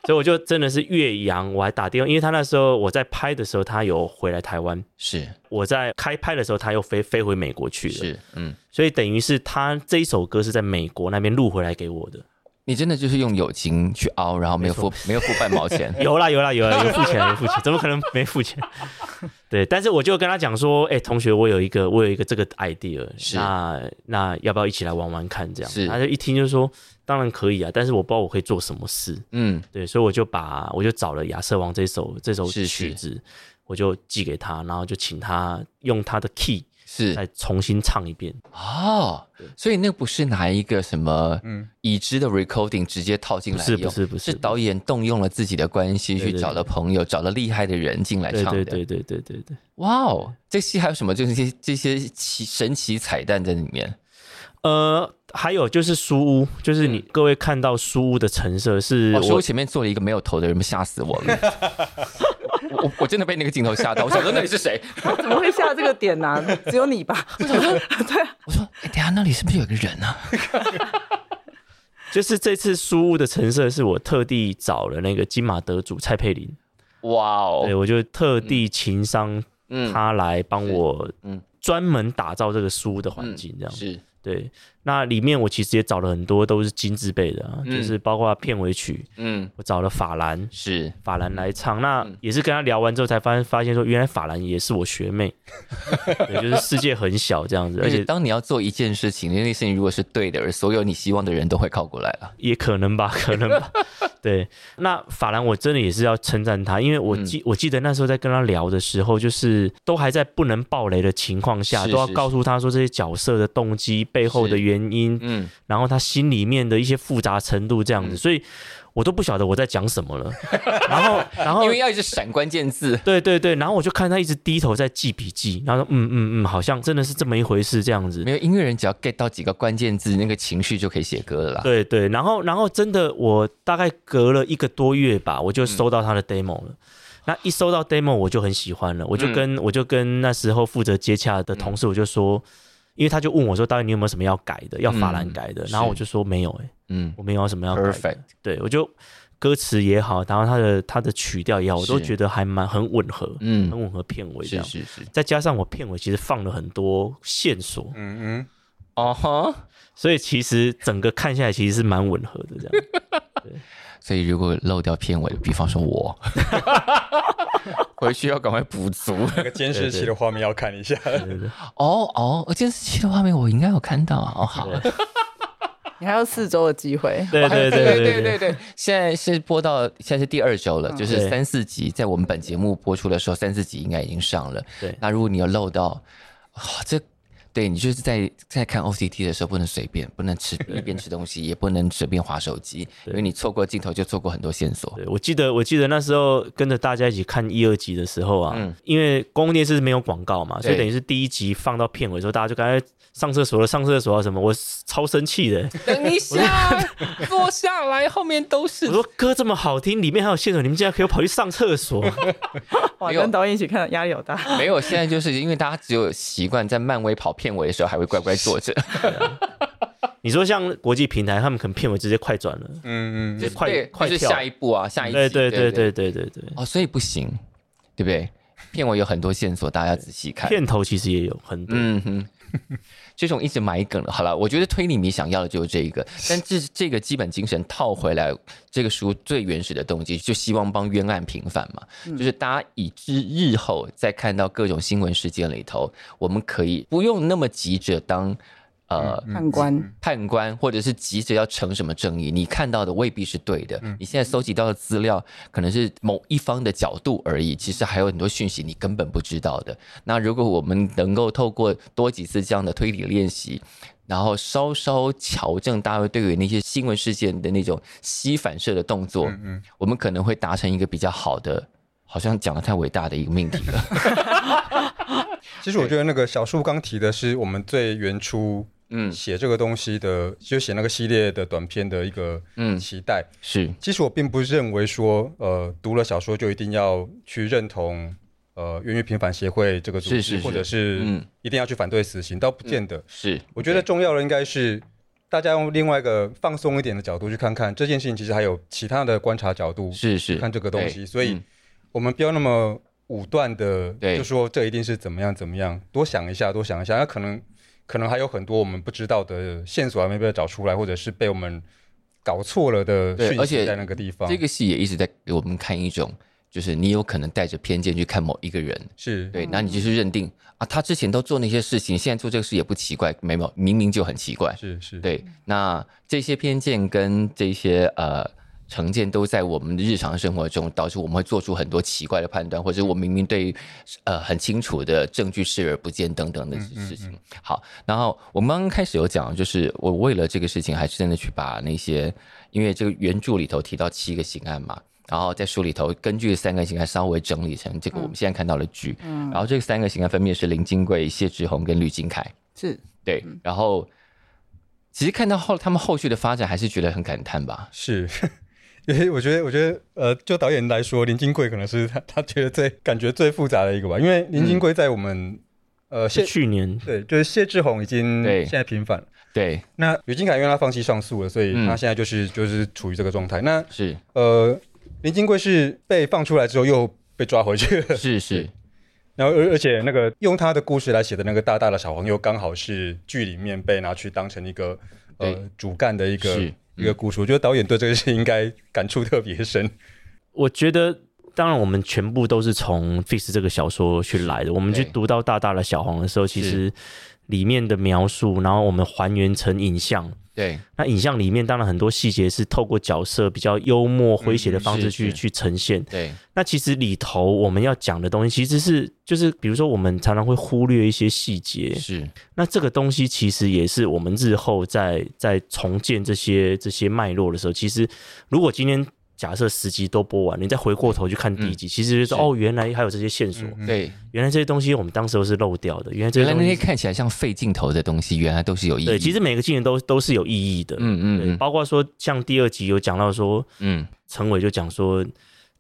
[SPEAKER 4] 所以我就真的是越洋，我还打电话，因为他那时候我在拍的时候，他有回来台湾。
[SPEAKER 2] 是
[SPEAKER 4] 我在开拍的时候，他又飞飞回美国去了，
[SPEAKER 2] 是，嗯，
[SPEAKER 4] 所以等于是他这一首歌是在美国那边录回来给我的。，
[SPEAKER 2] 你真的就是用友情去凹，然后没有付没有付半毛钱
[SPEAKER 4] 有啦有啦有啦，有付钱有付钱，怎么可能没付 钱？对，但是我就跟他讲说，哎、同学，我有一个我有一个这个 idea，
[SPEAKER 2] 是
[SPEAKER 4] 那那要不要一起来玩玩看？这样
[SPEAKER 2] 是，
[SPEAKER 4] 他就一听就说，当然可以啊，但是我不知道我可以做什么事。
[SPEAKER 2] 嗯，
[SPEAKER 4] 对，所以我就把我就找了《亚瑟王》这首这首
[SPEAKER 2] 是
[SPEAKER 4] 曲
[SPEAKER 2] 是
[SPEAKER 4] 子，我就寄给他，然后就请他用他的 key
[SPEAKER 2] 是
[SPEAKER 4] 再重新唱一遍。
[SPEAKER 2] 哦，所以那不是拿一个什么已知的 recording 直接套进来
[SPEAKER 4] 嗯不是
[SPEAKER 2] 用，
[SPEAKER 4] 不是不是
[SPEAKER 2] 是导演动用了自己的关系
[SPEAKER 4] 对
[SPEAKER 2] 去
[SPEAKER 4] 对
[SPEAKER 2] 找了朋友，找了厉害的人进来
[SPEAKER 4] 对
[SPEAKER 2] 唱的。
[SPEAKER 4] 对对对对对对。
[SPEAKER 2] 哇哦，这戏还有什么？就是这些这些奇神奇彩蛋在里面。
[SPEAKER 4] 呃，还有就是书屋，就是
[SPEAKER 2] 嗯
[SPEAKER 4] 你各位看到书屋的成色是
[SPEAKER 2] 哦我
[SPEAKER 4] 我
[SPEAKER 2] 说前面坐了一个没有头的人，吓死我 了。我我真的被那个镜头吓到，我 想说那里是谁？
[SPEAKER 1] 怎么会下这个点呢、只有你吧？ 对啊，
[SPEAKER 2] 我说，哎、等一下那里是不是有一个人啊？
[SPEAKER 4] 就是这次书屋的成色是我特地找了那个金马得主蔡佩林，
[SPEAKER 2] 哇
[SPEAKER 4] 对
[SPEAKER 2] 哦，
[SPEAKER 4] 我就特地情商
[SPEAKER 2] 嗯，
[SPEAKER 4] 他来帮我，
[SPEAKER 2] 嗯
[SPEAKER 4] 专门打造这个书屋的环境，这样、
[SPEAKER 2] 是
[SPEAKER 4] 对。那里面我其实也找了很多都是金字辈的、啊，
[SPEAKER 2] 嗯
[SPEAKER 4] 就是包括片尾曲，
[SPEAKER 2] 嗯
[SPEAKER 4] 我找了法兰，
[SPEAKER 2] 是
[SPEAKER 4] 法兰来唱。那
[SPEAKER 2] 嗯
[SPEAKER 4] 也是跟他聊完之后才发现，发现说原来法兰也是我学妹， 对，就是世界很小这样子，
[SPEAKER 2] 而
[SPEAKER 4] 而
[SPEAKER 2] 且
[SPEAKER 4] 且
[SPEAKER 2] 当你要做一件事情，那件事情如果是对的，而所有你希望的人都会靠过来啊了。
[SPEAKER 4] 也可能吧， 可能 吧。对，那法兰我真的也是要称赞他，因为
[SPEAKER 2] 嗯
[SPEAKER 4] 我记、我记得那时候在跟他聊的时候，就是都还在不能爆雷的情况下，
[SPEAKER 2] 是
[SPEAKER 4] 都要
[SPEAKER 2] 是
[SPEAKER 4] 告诉他说这些角色的动机背后的
[SPEAKER 2] 是
[SPEAKER 4] 原因，
[SPEAKER 2] 嗯，
[SPEAKER 4] 然后他心里面的一些复杂程度这样子，所以我都不晓得我在讲什么了。 然后，然后
[SPEAKER 2] 因为要一直闪关键字，
[SPEAKER 4] 对对对，然后我就看他一直低头在记笔记，然后说嗯嗯嗯，好像真的是这么一回事这样子
[SPEAKER 2] 没。有音乐人只要 get 到几个关键字，那个情绪就可以写歌了啦。
[SPEAKER 4] 对对，然后然后真的，我大概隔了一个多月吧，
[SPEAKER 2] 嗯
[SPEAKER 4] 我就收到他的 demo 了。那一收到 demo，我就很喜欢
[SPEAKER 2] 嗯
[SPEAKER 4] 了，我就跟、我就跟那时候负责接洽的同事，我就说，因为他就问我说，导演你有没有什么要改的，要法兰改的？
[SPEAKER 2] 嗯
[SPEAKER 4] 然后
[SPEAKER 2] 是
[SPEAKER 4] 我就说没有、欸，
[SPEAKER 2] 嗯
[SPEAKER 4] 我没有什么要改的
[SPEAKER 2] ，perfect，
[SPEAKER 4] 对我就歌词也好，然后他的他的曲调也好，我都
[SPEAKER 2] 是
[SPEAKER 4] 觉得还蛮很吻合，
[SPEAKER 2] 嗯
[SPEAKER 4] 很，吻合片尾这
[SPEAKER 2] 是
[SPEAKER 4] 样。
[SPEAKER 2] 是是，
[SPEAKER 4] 再加上我片尾其实放了很多线索，
[SPEAKER 3] 嗯嗯，
[SPEAKER 2] 哦哈。
[SPEAKER 4] 所以其实整个看下来其实是蛮吻合 的这样。
[SPEAKER 2] 所以如果漏掉片尾，比方说我， 回去要赶快补足。
[SPEAKER 3] 那个监视器的画面要看一下。嗯
[SPEAKER 2] 哦哦，监视器的画面我应该有看到啊。哦，好，
[SPEAKER 1] 你还有四周的机会。
[SPEAKER 2] 哦
[SPEAKER 4] 对对对
[SPEAKER 2] 对
[SPEAKER 4] 对嗯
[SPEAKER 2] 对对，现在是播到现在是第二周了，就是
[SPEAKER 4] 对
[SPEAKER 2] 三四集，在我们本节目播出的时候，三四集应该已经上了。
[SPEAKER 4] 对
[SPEAKER 2] 那如果你有漏到，哇，这对你就是在在看 OCT 的时候不能随便，不能吃一边吃东西，也不能随便划手机，因为你错过镜头就错过很多线索。
[SPEAKER 4] 对，我记得我记得那时候跟着大家一起看一二集的时候啊，
[SPEAKER 2] 嗯
[SPEAKER 4] 因为公共电视是没有广告嘛，
[SPEAKER 2] 对
[SPEAKER 4] 所以等于是第一集放到片尾的时候，大家就刚才上厕所了，上厕所啊什么，我超生气 的。
[SPEAKER 2] 等一下，坐下来，后面都是
[SPEAKER 4] 我说歌这么好听，里面还有线索，你们竟然可以跑去上厕 所？
[SPEAKER 1] 哇，
[SPEAKER 2] 没有
[SPEAKER 1] 跟导演一起看压力好大。
[SPEAKER 2] 没有，现在就是因为大家只有习惯在漫威跑片尾的时候还会乖乖坐 着，
[SPEAKER 4] 你说像国际平台，他们可能片尾直接快转了，
[SPEAKER 3] 嗯嗯，
[SPEAKER 4] 直接快
[SPEAKER 2] 对
[SPEAKER 4] 快
[SPEAKER 2] 就是
[SPEAKER 4] 跳。
[SPEAKER 2] 下一步啊，下一集，
[SPEAKER 4] 对
[SPEAKER 2] 对
[SPEAKER 4] 对对对对对对，
[SPEAKER 2] 哦，所以不行，对不对？片尾有很多线索，大家要仔细看。
[SPEAKER 4] 片头其实也有很多。
[SPEAKER 2] 嗯哼， 这种一直埋梗了。好了，我觉得推理迷想要的就是这一 个，但这这个基本精神套回来，这个书最原始的动机就希望帮冤案平反嘛，
[SPEAKER 4] 嗯
[SPEAKER 2] 就是大家以知日后再看到各种新闻事件里头，我们可以不用那么急着当呃。
[SPEAKER 4] 嗯
[SPEAKER 1] 判官，
[SPEAKER 2] 判官，或者是急着要成什么正义，你看到的未必是对的。你现在搜集到的资料可能是某一方的角度而已，其实还有很多讯息你根本不知道的。那如果我们能够透过多几次这样的推理练习，然后稍稍矫正大家对于那些新闻事件的那种吸反射的动作，我们可能会达成一个比较好的。好像讲的太伟大的一个命题了，
[SPEAKER 3] 其实我觉得那个小树刚提的是我们最原初
[SPEAKER 2] 嗯
[SPEAKER 3] 写这个东西的，就写那个系列的短篇的一个
[SPEAKER 2] 嗯
[SPEAKER 3] 期待。
[SPEAKER 2] 是
[SPEAKER 3] 其实我并不认为说，呃，读了小说就一定要去认同呃冤狱平反协会这个组织，
[SPEAKER 2] 是是是
[SPEAKER 3] 或者是
[SPEAKER 2] 嗯
[SPEAKER 3] 一定要去反对死刑，倒不见得。
[SPEAKER 2] 是，
[SPEAKER 3] 我觉得重要的应该是大家用另外一个放松一点的角度去看看这件事情，其实还有其他的观察角度
[SPEAKER 2] 是是，
[SPEAKER 3] 看这个东西，
[SPEAKER 2] 对
[SPEAKER 3] 所以
[SPEAKER 2] 嗯
[SPEAKER 3] 我们不要那么武断的
[SPEAKER 2] 对
[SPEAKER 3] 就说这一定是怎么样怎么样，多想一下，多想一下，那可能可能还有很多我们不知道的线索还没被找出来，或者是被我们搞错了的
[SPEAKER 2] 对
[SPEAKER 3] 讯
[SPEAKER 2] 而且
[SPEAKER 3] 息在那个地方，
[SPEAKER 2] 这个戏也一直在给我们看一种，就是你有可能带着偏见去看某一个人，
[SPEAKER 3] 是
[SPEAKER 2] 对，那你就是认定啊，他之前都做那些事情，现在做这个事也不奇怪，没有，明明就很奇怪。
[SPEAKER 3] 是是，
[SPEAKER 2] 对，那这些偏见跟这些呃成见都在我们的日常生活中，导致我们会做出很多奇怪的判断，或者我明明对呃很清楚的证据视而不见等等的事情。好，然后我们刚刚开始有讲，就是我为了这个事情，还是真的去把那些，因为这个原著里头提到七个刑案嘛。然后在书里头根据三个刑案稍微整理成这个我们现在看到的剧，然后这三个刑案分别是林金贵、谢志宏跟吕金凯。
[SPEAKER 1] 是
[SPEAKER 2] 对，然后其实看到后他们后续的发展，还是觉得很感叹吧。
[SPEAKER 3] 是。 因为我觉得，我觉得，呃，就导演来说，林金贵可能是他他觉得最感觉最复杂的一个吧，因为林金贵在我们、呃
[SPEAKER 4] 是
[SPEAKER 3] 谢
[SPEAKER 4] 去年
[SPEAKER 3] 对，就是谢志宏已经
[SPEAKER 2] 嗯对
[SPEAKER 3] 现在平反了。
[SPEAKER 2] 对，
[SPEAKER 3] 那吕金凯因为他放弃上诉了，所以
[SPEAKER 2] 嗯
[SPEAKER 3] 他现在就是、就是处于这个状态。那
[SPEAKER 2] 是
[SPEAKER 3] 呃，林金贵是被放出来之后又被抓回去了，
[SPEAKER 2] 是是，
[SPEAKER 3] 然后而而且那个用他的故事来写的那个大大的小黄又刚好是剧里面被拿去当成一个
[SPEAKER 2] 对
[SPEAKER 3] 呃主干的一个
[SPEAKER 2] 是嗯
[SPEAKER 3] 一个故事。我觉得导演对这个事应该感触特别深。
[SPEAKER 4] 我觉得，当然我们全部都是从《Fix》这个小说去来的。我们去
[SPEAKER 2] 对
[SPEAKER 4] 读到大大的小黄的时候，其实里面的描述，然后我们还原成影像。
[SPEAKER 2] 对
[SPEAKER 4] 那影像里面当然很多细节是透过角色比较幽默诙谐的方式
[SPEAKER 2] 嗯是
[SPEAKER 4] 去、
[SPEAKER 2] 是
[SPEAKER 4] 去呈现。
[SPEAKER 2] 对
[SPEAKER 4] 那其实里头我们要讲的东西，其实是就是比如说我们常常会忽略一些细节，
[SPEAKER 2] 是
[SPEAKER 4] 那这个东西其实也是我们日后在在重建这些这些脉络的时候，其实如果今天假设十集都播完，你再回过头去看第一集，其实就是说
[SPEAKER 2] 嗯是
[SPEAKER 4] 哦，原来还有这些线索，
[SPEAKER 3] 嗯
[SPEAKER 2] 对。
[SPEAKER 4] 原来这些东西我们当时都是漏掉的，原来这
[SPEAKER 2] 原
[SPEAKER 4] 些
[SPEAKER 2] 来
[SPEAKER 4] 东
[SPEAKER 2] 那些
[SPEAKER 4] 西
[SPEAKER 2] 看起来像废镜头的东西，原来都是有意义。
[SPEAKER 4] 对，其实每个技能都都是有意义的，
[SPEAKER 2] 嗯
[SPEAKER 4] 对，
[SPEAKER 2] 嗯
[SPEAKER 4] 包括说像第二集有讲到说，
[SPEAKER 2] 嗯
[SPEAKER 4] 陈伟就讲说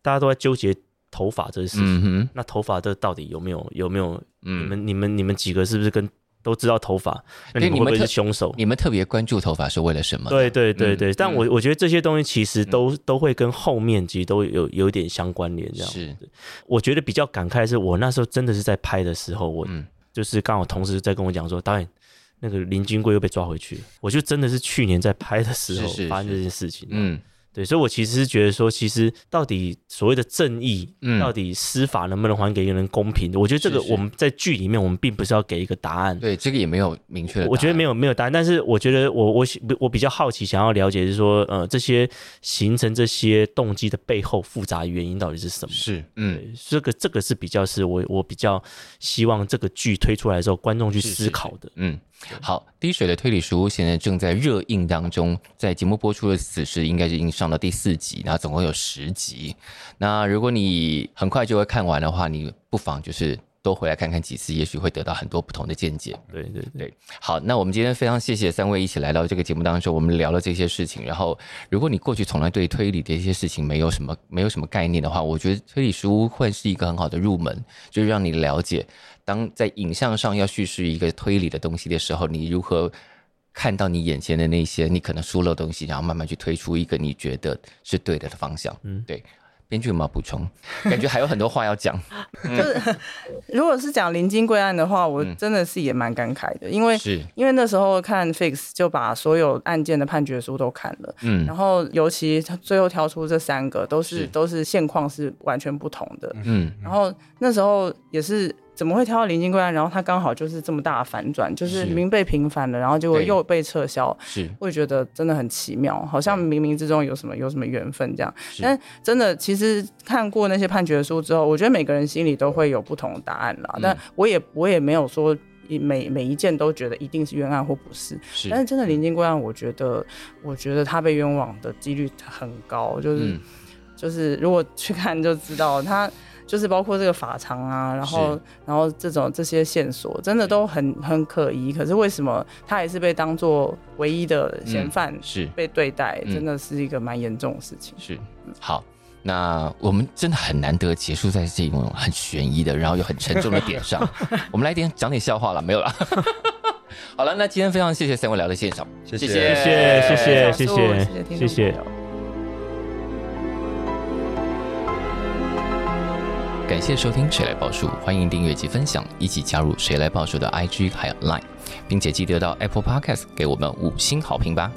[SPEAKER 4] 大家都在纠结头发这件事情，
[SPEAKER 2] 嗯嗯
[SPEAKER 4] 那头发这到底有没有有没有？你
[SPEAKER 2] 嗯，
[SPEAKER 4] 们你们你们几个是不是跟都知道头发？那
[SPEAKER 2] 对
[SPEAKER 4] 你们
[SPEAKER 2] 你们
[SPEAKER 4] 会不会
[SPEAKER 2] 特
[SPEAKER 4] 是凶手？
[SPEAKER 2] 你们特别关注头发是为了什么？
[SPEAKER 4] 对对对
[SPEAKER 2] 嗯
[SPEAKER 4] 对，但
[SPEAKER 2] 嗯
[SPEAKER 4] 我我觉得这些东西其实都、都会跟后面其实都有有一点相关联。这样，
[SPEAKER 2] 是
[SPEAKER 4] 我觉得比较感慨的是，我那时候真的是在拍的时候，我
[SPEAKER 2] 嗯
[SPEAKER 4] 就是刚好同事在跟我讲说，导演那个林金贵又被抓回去了，我就真的是去年在拍的时候
[SPEAKER 2] 是是
[SPEAKER 4] 发生这件事情。嗯，
[SPEAKER 2] 嗯
[SPEAKER 4] 对，所以我其实是觉得说，其实到底所谓的正义，
[SPEAKER 2] 嗯
[SPEAKER 4] 到底司法能不能还给一个人公平？我觉得这个
[SPEAKER 2] 是是
[SPEAKER 4] 我们在剧里面我们并不是要给一个答案，
[SPEAKER 2] 对这个也没有明确的答案。
[SPEAKER 4] 我觉得没
[SPEAKER 2] 有
[SPEAKER 4] 有没有答案，但是我觉得我我喜我比较好奇，想要了解是说，呃，这些形成这些动机的背后复杂原因到底是什么？
[SPEAKER 2] 是嗯
[SPEAKER 4] 对这个这个是比较是我我比较希望这个剧推出来的时候，观众去
[SPEAKER 2] 是是
[SPEAKER 4] 思考的。
[SPEAKER 2] 嗯，好，滴水的推理书现在正在热映当中，在节目播出的此时应该是已经上到第四集，然后总共有十集。那如果你很快就会看完的话，你不妨就是多回来看看几次，也许会得到很多不同的见解。
[SPEAKER 4] 对对对，
[SPEAKER 2] 对，好，那我们今天非常谢谢三位一起来到这个节目当中，我们聊了这些事情。然后，如果你过去从来对推理的一些事情没有什么没有什么概念的话，我觉得推理书会是一个很好的入门，就是让你了解，当在影像上要叙事一个推理的东西的时候，你如何看到你眼前的那些你可能疏漏的东西，然后慢慢去推出一个你觉得是对的的方向。嗯，对。编剧有没有补充？感觉还有很多话要讲。
[SPEAKER 1] 如果是讲林金贵案的话，
[SPEAKER 2] 嗯
[SPEAKER 1] 我真的是也蛮感慨的，因为
[SPEAKER 2] 是，
[SPEAKER 1] 因为那时候看 Fix 就把所有案件的判决书都看了，
[SPEAKER 2] 嗯
[SPEAKER 1] 然后尤其他最后挑出这三个都是
[SPEAKER 2] 是
[SPEAKER 1] 都是现况是完全不同的，
[SPEAKER 2] 嗯，
[SPEAKER 1] 然后那时候也是怎么会挑到林金贵啊案，然后他刚好就是这么大的反转，就是
[SPEAKER 2] 是
[SPEAKER 1] 明被平反了，然后结果
[SPEAKER 2] 对
[SPEAKER 1] 又被撤销，
[SPEAKER 2] 是
[SPEAKER 1] 会觉得真的很奇妙，好像冥冥之中有什么有什么缘分这样。
[SPEAKER 2] 是
[SPEAKER 1] 但真的，其实看过那些判决书之后，我觉得每个人心里都会有不同的答案啦。
[SPEAKER 2] 嗯
[SPEAKER 1] 但我也我也没有说一每每一件都觉得一定是冤案或不是。
[SPEAKER 2] 是，
[SPEAKER 1] 但是真的林金贵案，我觉得我觉得他被冤枉的几率很高，就是、
[SPEAKER 2] 嗯
[SPEAKER 1] 就是如果去看就知道他。就是包括这个法场啊，然后
[SPEAKER 2] 是
[SPEAKER 1] 然后这种这些线索，真的都很很可疑。可是为什么他还是被当做唯一的嫌犯
[SPEAKER 2] 嗯是。
[SPEAKER 1] 被对待？
[SPEAKER 2] 嗯
[SPEAKER 1] 真的是一个蛮严重的事情。
[SPEAKER 2] 是，好，那我们真的很难得结束在这种很悬疑的，然后又很沉重的点上。我们来点讲点笑话了，没有啦。 好了，那今天非常谢谢三位来到现场，
[SPEAKER 3] 谢
[SPEAKER 2] 谢
[SPEAKER 3] 谢
[SPEAKER 2] 谢
[SPEAKER 4] 谢谢谢
[SPEAKER 1] 小树
[SPEAKER 4] 谢
[SPEAKER 1] 谢
[SPEAKER 4] 谢
[SPEAKER 1] 谢
[SPEAKER 4] 谢
[SPEAKER 1] 听众朋友
[SPEAKER 2] 感谢收听《谁来报数》，欢迎订阅及分享，一起加入《谁来报数》的 IG 还有 Line，并且记得到 Apple Podcast 给我们五星好评吧。